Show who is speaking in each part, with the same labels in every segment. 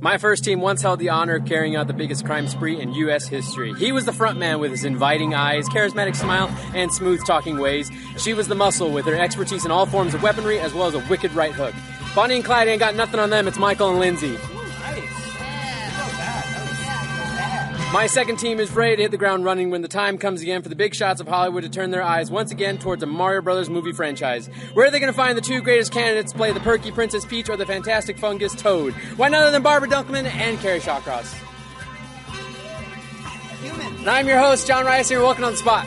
Speaker 1: My first team once held the honor of carrying out the biggest crime spree in U.S. history. He was the front man with his inviting eyes, charismatic smile, and smooth talking ways. She was the muscle with her expertise in all forms of weaponry as well as a wicked right hook. Bonnie and Clyde ain't got nothing on them. It's Michael and Lindsay. My second team is ready to hit the ground running when the time comes again for the big shots of Hollywood to turn their eyes once again towards a Mario Brothers movie franchise. Where are they going to find the two greatest candidates to play the perky Princess Peach or the fantastic fungus Toad? Why none other than Barbara Dunkman and Carrie Shawcross? And I'm your host, John Rice, and you're welcome on the spot.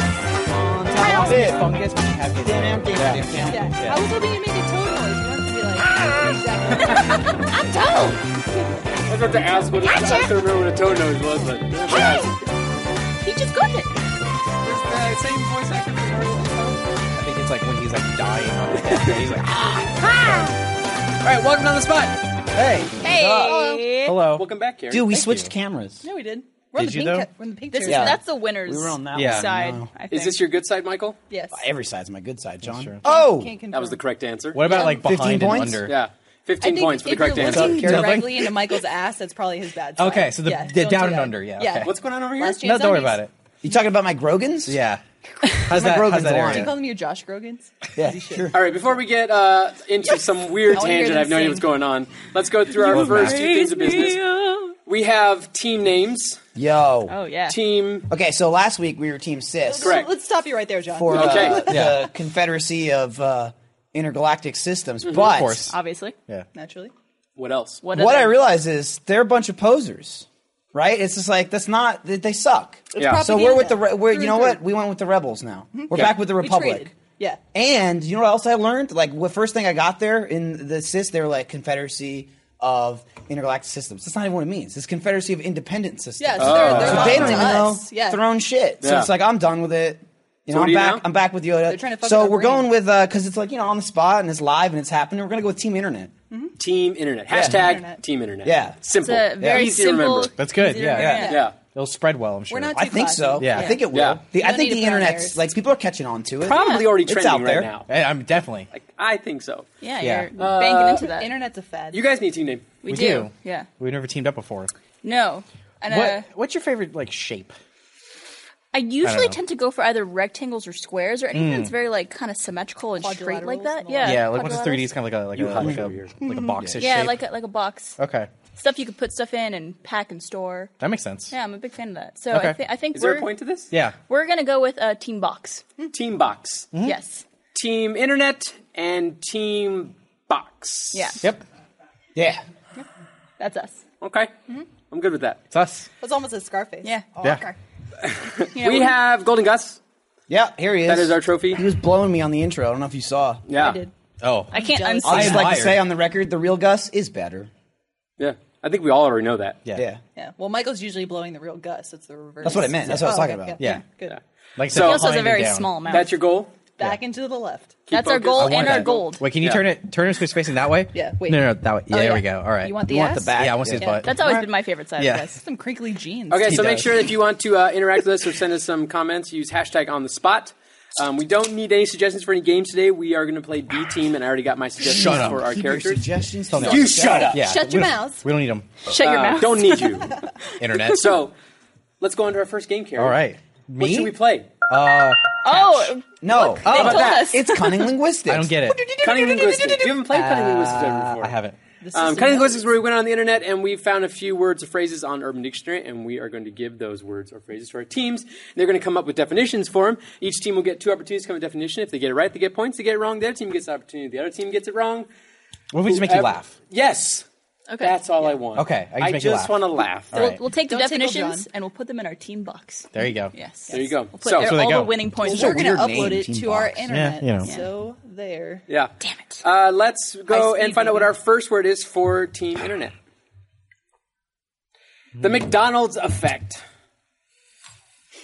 Speaker 2: That's it.
Speaker 3: Yeah. I was hoping you'd make a toad noise. You know, to be like, exactly. I'm toad.
Speaker 1: I was about to ask what
Speaker 3: Gotcha. I couldn't
Speaker 1: remember what a toad nose was, but
Speaker 3: Hey, he just got it.
Speaker 2: I think it's like when he's like dying on the death bed. He's like, "Ah."
Speaker 1: all right, welcome on the spot.
Speaker 2: hey,
Speaker 3: Hey.
Speaker 2: hello.
Speaker 1: Welcome back, Carrie.
Speaker 2: Dude, we
Speaker 1: Thank
Speaker 2: switched
Speaker 1: you.
Speaker 2: cameras.
Speaker 3: No, we did. We're on
Speaker 2: Did
Speaker 3: the
Speaker 2: you,
Speaker 3: pink.
Speaker 2: though?
Speaker 3: We're on the pink.
Speaker 4: This is,
Speaker 3: chair.
Speaker 2: Yeah.
Speaker 4: That's the winner's
Speaker 2: We were on that
Speaker 4: yeah,
Speaker 2: one.
Speaker 4: side.
Speaker 2: No.
Speaker 4: I think.
Speaker 1: Is this your good side, Michael?
Speaker 3: Yes.
Speaker 2: Every side's my good side, John.
Speaker 4: true.
Speaker 2: Oh,
Speaker 3: Can't confirm.
Speaker 1: That was the correct answer.
Speaker 4: What about like
Speaker 2: 15
Speaker 4: behind and
Speaker 2: points?
Speaker 4: under?
Speaker 1: Yeah,
Speaker 3: I
Speaker 1: 15
Speaker 3: think
Speaker 1: points for the
Speaker 3: if you're
Speaker 1: correct answer.
Speaker 3: looking
Speaker 2: Carrie?
Speaker 3: directly into Michael's ass, that's probably his bad side.
Speaker 4: Okay, so the- the
Speaker 3: don't do
Speaker 4: down and
Speaker 3: that.
Speaker 4: under, yeah, okay.
Speaker 1: What's going on over here?
Speaker 3: Last
Speaker 4: No,
Speaker 3: chance
Speaker 4: don't worry
Speaker 3: undies.
Speaker 4: about it.
Speaker 2: you talking about my Grogans?
Speaker 4: Yeah. How's that?
Speaker 2: Grogan's
Speaker 4: How's that
Speaker 2: line.
Speaker 3: Do you call
Speaker 4: area?
Speaker 3: them your Josh Grogans?
Speaker 2: yeah, sure.
Speaker 1: All right, before we get uh, into some weird
Speaker 3: I wanna hear
Speaker 1: tangent, I have no
Speaker 3: them
Speaker 1: idea
Speaker 3: sing.
Speaker 1: what's going on. Let's go through our first two things of business. We have team names.
Speaker 2: Yo.
Speaker 3: Oh yeah.
Speaker 1: Team.
Speaker 2: Okay, so last week we were Team Sis
Speaker 1: Correct.
Speaker 3: Let's stop you right there, John.
Speaker 2: for
Speaker 1: Okay.
Speaker 2: uh,
Speaker 4: Yeah.
Speaker 2: the Confederacy of uh, Intergalactic Systems,
Speaker 3: Mm-hmm.
Speaker 2: but
Speaker 4: Of course.
Speaker 3: Obviously.
Speaker 4: Yeah.
Speaker 3: Naturally.
Speaker 1: What else?
Speaker 3: What?
Speaker 2: what
Speaker 3: other-
Speaker 2: I realize is they're a bunch of posers, right? It's just like that's not they- they suck.
Speaker 1: Yeah.
Speaker 2: So we're with the re- we're,
Speaker 3: Through
Speaker 2: you know
Speaker 3: and
Speaker 2: what
Speaker 3: through. Mm-hmm.
Speaker 2: we went with the rebels now. We're
Speaker 1: Yeah.
Speaker 2: back with the
Speaker 3: We
Speaker 2: Republic.
Speaker 3: traded. Yeah.
Speaker 2: And you know what else I learned? Like the first thing I got there in the CIS, they were like Confederacy of Intergalactic Systems. That's not even what it means. It's Confederacy of Independent Systems.
Speaker 3: Yeah. So they're, they're
Speaker 2: So
Speaker 3: lying
Speaker 2: they don't
Speaker 3: to
Speaker 2: even
Speaker 3: us.
Speaker 2: know
Speaker 3: Yeah.
Speaker 2: their own shit. So
Speaker 1: Yeah.
Speaker 2: it's like I'm done with it. You
Speaker 1: So
Speaker 2: know,
Speaker 1: what
Speaker 2: I'm
Speaker 1: do you
Speaker 2: back.
Speaker 1: now?
Speaker 2: I'm back with Yoda.
Speaker 3: They're trying to fuck
Speaker 2: so
Speaker 3: with our
Speaker 2: we're
Speaker 3: brain.
Speaker 2: going with because it's like you know on the spot and it's live and it's happening. We're gonna go with Team Internet.
Speaker 1: Team Internet. Hashtag
Speaker 3: Internet.
Speaker 1: Team Internet.
Speaker 2: Yeah.
Speaker 1: Simple.
Speaker 3: It's a very
Speaker 1: Easy
Speaker 3: simple-
Speaker 1: to remember.
Speaker 4: That's good.
Speaker 3: Is it
Speaker 4: Yeah.
Speaker 3: over?
Speaker 4: yeah.
Speaker 3: Yeah.
Speaker 1: Yeah.
Speaker 4: It'll spread well, I'm sure.
Speaker 3: We're not
Speaker 2: I think
Speaker 3: classy.
Speaker 2: so.
Speaker 4: Yeah.
Speaker 2: I think it will.
Speaker 1: Yeah.
Speaker 2: The- I
Speaker 3: Don't
Speaker 2: think
Speaker 3: need to
Speaker 2: the
Speaker 3: put on
Speaker 2: internet's
Speaker 3: airs.
Speaker 2: like people are catching on to it.
Speaker 1: Probably already
Speaker 2: It's
Speaker 1: trending
Speaker 2: out there.
Speaker 1: right now.
Speaker 4: Hey, I'm definitely.
Speaker 1: Like, I think so.
Speaker 3: Yeah.
Speaker 4: Yeah.
Speaker 3: You're banking into that.
Speaker 5: Internet's a fad.
Speaker 1: You guys need team name.
Speaker 3: we,
Speaker 4: We
Speaker 3: do.
Speaker 4: do.
Speaker 3: Yeah.
Speaker 4: We've never teamed up before.
Speaker 5: no. And uh,
Speaker 4: What? What's your favorite like shape?
Speaker 5: I usually
Speaker 4: know.
Speaker 5: tend to go for either rectangles or squares or anything that's very like kind of symmetrical and straight like
Speaker 3: Quadrilaterals
Speaker 5: that.
Speaker 3: and
Speaker 5: Yeah.
Speaker 4: Hmm. Yeah, like what's
Speaker 5: quadrilaterals.
Speaker 4: 3D is kind of like a like a
Speaker 1: hide
Speaker 4: like a,
Speaker 1: over Mm-hmm. here.
Speaker 4: like a boxish
Speaker 5: Yeah,
Speaker 4: shape.
Speaker 5: like a, like a box.
Speaker 4: okay,
Speaker 5: Stuff you could put stuff in and pack and store.
Speaker 4: that makes sense.
Speaker 5: Yeah, I'm a big fan of that. So
Speaker 4: Okay.
Speaker 5: I, thi- I think
Speaker 1: Is
Speaker 5: we're
Speaker 1: there a point to this?
Speaker 4: Yeah.
Speaker 5: we're gonna go with uh, team box.
Speaker 1: Team Box.
Speaker 4: Hmm?
Speaker 5: Yes.
Speaker 1: Team Internet and Team Box.
Speaker 5: Yeah.
Speaker 4: Yep.
Speaker 2: Yeah.
Speaker 5: That's us.
Speaker 1: Okay.
Speaker 3: Mm-hmm.
Speaker 1: I'm good with that.
Speaker 4: It's us.
Speaker 3: That's almost a Scarface.
Speaker 5: Yeah.
Speaker 4: yeah.
Speaker 5: You know,
Speaker 1: We have Golden Gus.
Speaker 2: Yeah, here he is.
Speaker 1: That is our trophy.
Speaker 2: He was blowing me on the intro. I don't know if you saw.
Speaker 1: Yeah.
Speaker 3: I did.
Speaker 4: Oh.
Speaker 5: I can't
Speaker 3: jealous.
Speaker 2: I'd
Speaker 5: unsee.
Speaker 2: just
Speaker 4: am
Speaker 2: like to
Speaker 4: hired.
Speaker 2: say on the record, the real Gus is better.
Speaker 1: Yeah. I think we all already know that.
Speaker 4: yeah.
Speaker 2: Yeah.
Speaker 3: Yeah. Well, Michael's usually blowing the real Gus. It's the reverse.
Speaker 2: That's what I meant. That's what I was
Speaker 3: Oh,
Speaker 2: talking
Speaker 3: okay,
Speaker 2: about.
Speaker 4: Yeah.
Speaker 3: Good.
Speaker 4: Like
Speaker 1: So-
Speaker 5: He
Speaker 1: He
Speaker 5: also has a
Speaker 4: climbing
Speaker 5: very
Speaker 4: down.
Speaker 5: small mouth.
Speaker 1: That's your goal?
Speaker 3: Back into the left.
Speaker 5: That's our
Speaker 1: focused.
Speaker 5: goal
Speaker 1: I
Speaker 5: and
Speaker 1: want
Speaker 5: our
Speaker 4: that.
Speaker 5: gold.
Speaker 4: Wait, can you
Speaker 1: Yeah.
Speaker 4: turn it? Turn it so it's facing that way.
Speaker 3: Yeah, wait.
Speaker 4: No, no, no, that way. Yeah,
Speaker 3: Oh,
Speaker 4: there
Speaker 3: yeah.
Speaker 4: we go. All right.
Speaker 5: You want the
Speaker 2: You
Speaker 5: ass?
Speaker 2: want the back.
Speaker 4: Yeah, I want to see his
Speaker 2: Yeah.
Speaker 4: butt.
Speaker 5: That's always been my favorite side
Speaker 4: Yeah.
Speaker 5: of this.
Speaker 3: Some crinkly jeans.
Speaker 1: Okay,
Speaker 4: He
Speaker 1: so make
Speaker 4: does.
Speaker 1: sure if you want to uh, interact with us or send us some comments, use hashtag on the spot. Um, we don't need any suggestions for any games today. We are going to play B Team, and I already got my suggestions
Speaker 4: Shut up.
Speaker 1: for our
Speaker 2: Keep your
Speaker 1: characters.
Speaker 2: suggestions. to
Speaker 4: You
Speaker 2: yourself.
Speaker 1: shut up.
Speaker 4: yeah.
Speaker 3: Shut
Speaker 4: we
Speaker 3: your
Speaker 4: don't-
Speaker 3: mouth.
Speaker 4: We don't need them.
Speaker 5: Shut your
Speaker 1: Uh,
Speaker 5: mouth.
Speaker 1: don't need you.
Speaker 4: Internet.
Speaker 1: So let's go on to our first game, Carrie.
Speaker 4: All right.
Speaker 1: What
Speaker 4: Me?
Speaker 1: should we play?
Speaker 5: Oh,
Speaker 2: No.
Speaker 5: they
Speaker 2: Oh,
Speaker 5: told
Speaker 1: that-
Speaker 5: us.
Speaker 2: it's cunning linguistics.
Speaker 4: I don't get it.
Speaker 1: Cunning Linguistics. You haven't played
Speaker 2: um,
Speaker 1: Cunning Linguistics ever before.
Speaker 4: Uh, I haven't.
Speaker 1: Um, cunning Linguistics is where we went on the internet and we found a few words or phrases on Urban Dictionary, and we are going to give those words or phrases to our teams. And they're going to come up with definitions for them. Each team will get two opportunities to come up with definition. If they get it right, they get points. If they get it wrong, their team gets the opportunity. If The other team gets it wrong.
Speaker 4: What if we just make you
Speaker 1: whoever-
Speaker 4: laugh?
Speaker 1: Yes.
Speaker 5: okay.
Speaker 1: That's all I want.
Speaker 4: Okay, I just
Speaker 1: I
Speaker 4: make you
Speaker 1: just
Speaker 4: laugh.
Speaker 1: want to laugh.
Speaker 5: We'll,
Speaker 4: Right.
Speaker 5: we'll take the
Speaker 3: Don't tickle
Speaker 5: definitions
Speaker 3: John.
Speaker 5: and we'll put them in our team box.
Speaker 4: There you go.
Speaker 5: Yes.
Speaker 1: There you go.
Speaker 5: We'll put
Speaker 1: So-
Speaker 5: all
Speaker 1: So
Speaker 4: they go.
Speaker 5: the winning points.
Speaker 3: We're gonna
Speaker 2: weird
Speaker 3: upload
Speaker 2: name,
Speaker 3: it
Speaker 2: Team
Speaker 3: to our
Speaker 2: Box.
Speaker 3: internet.
Speaker 4: Yeah, you know.
Speaker 3: So there.
Speaker 1: Yeah.
Speaker 5: Damn it.
Speaker 1: Uh, let's go
Speaker 3: High
Speaker 1: and
Speaker 3: speed,
Speaker 1: find out what
Speaker 3: baby.
Speaker 1: our first word is for Team Internet. The
Speaker 2: Hmm.
Speaker 1: McDonald's effect.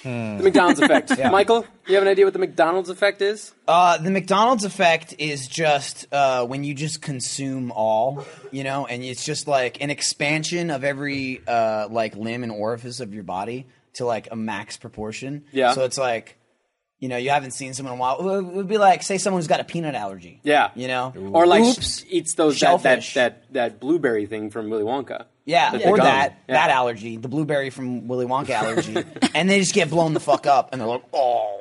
Speaker 2: Hmm.
Speaker 1: The McDonald's effect. Michael, you have an idea what the McDonald's effect is?
Speaker 2: Uh, the McDonald's effect is just uh, when you just consume all, you know, and it's just like an expansion of every uh, like limb and orifice of your body to like a max proportion.
Speaker 1: Yeah.
Speaker 2: So it's like you know you haven't seen someone in a while. It would be like say someone who's got a peanut allergy.
Speaker 1: Yeah,
Speaker 2: you know,
Speaker 1: or like
Speaker 2: Oops.
Speaker 1: eats those that, that
Speaker 2: Shellfish.
Speaker 1: that that blueberry thing from Willy Wonka.
Speaker 2: Yeah,
Speaker 1: With the
Speaker 2: or
Speaker 1: gum.
Speaker 2: that
Speaker 1: Yeah.
Speaker 2: that allergy, the blueberry from Willy Wonka allergy, and they just get blown the fuck up, and they're like, oh,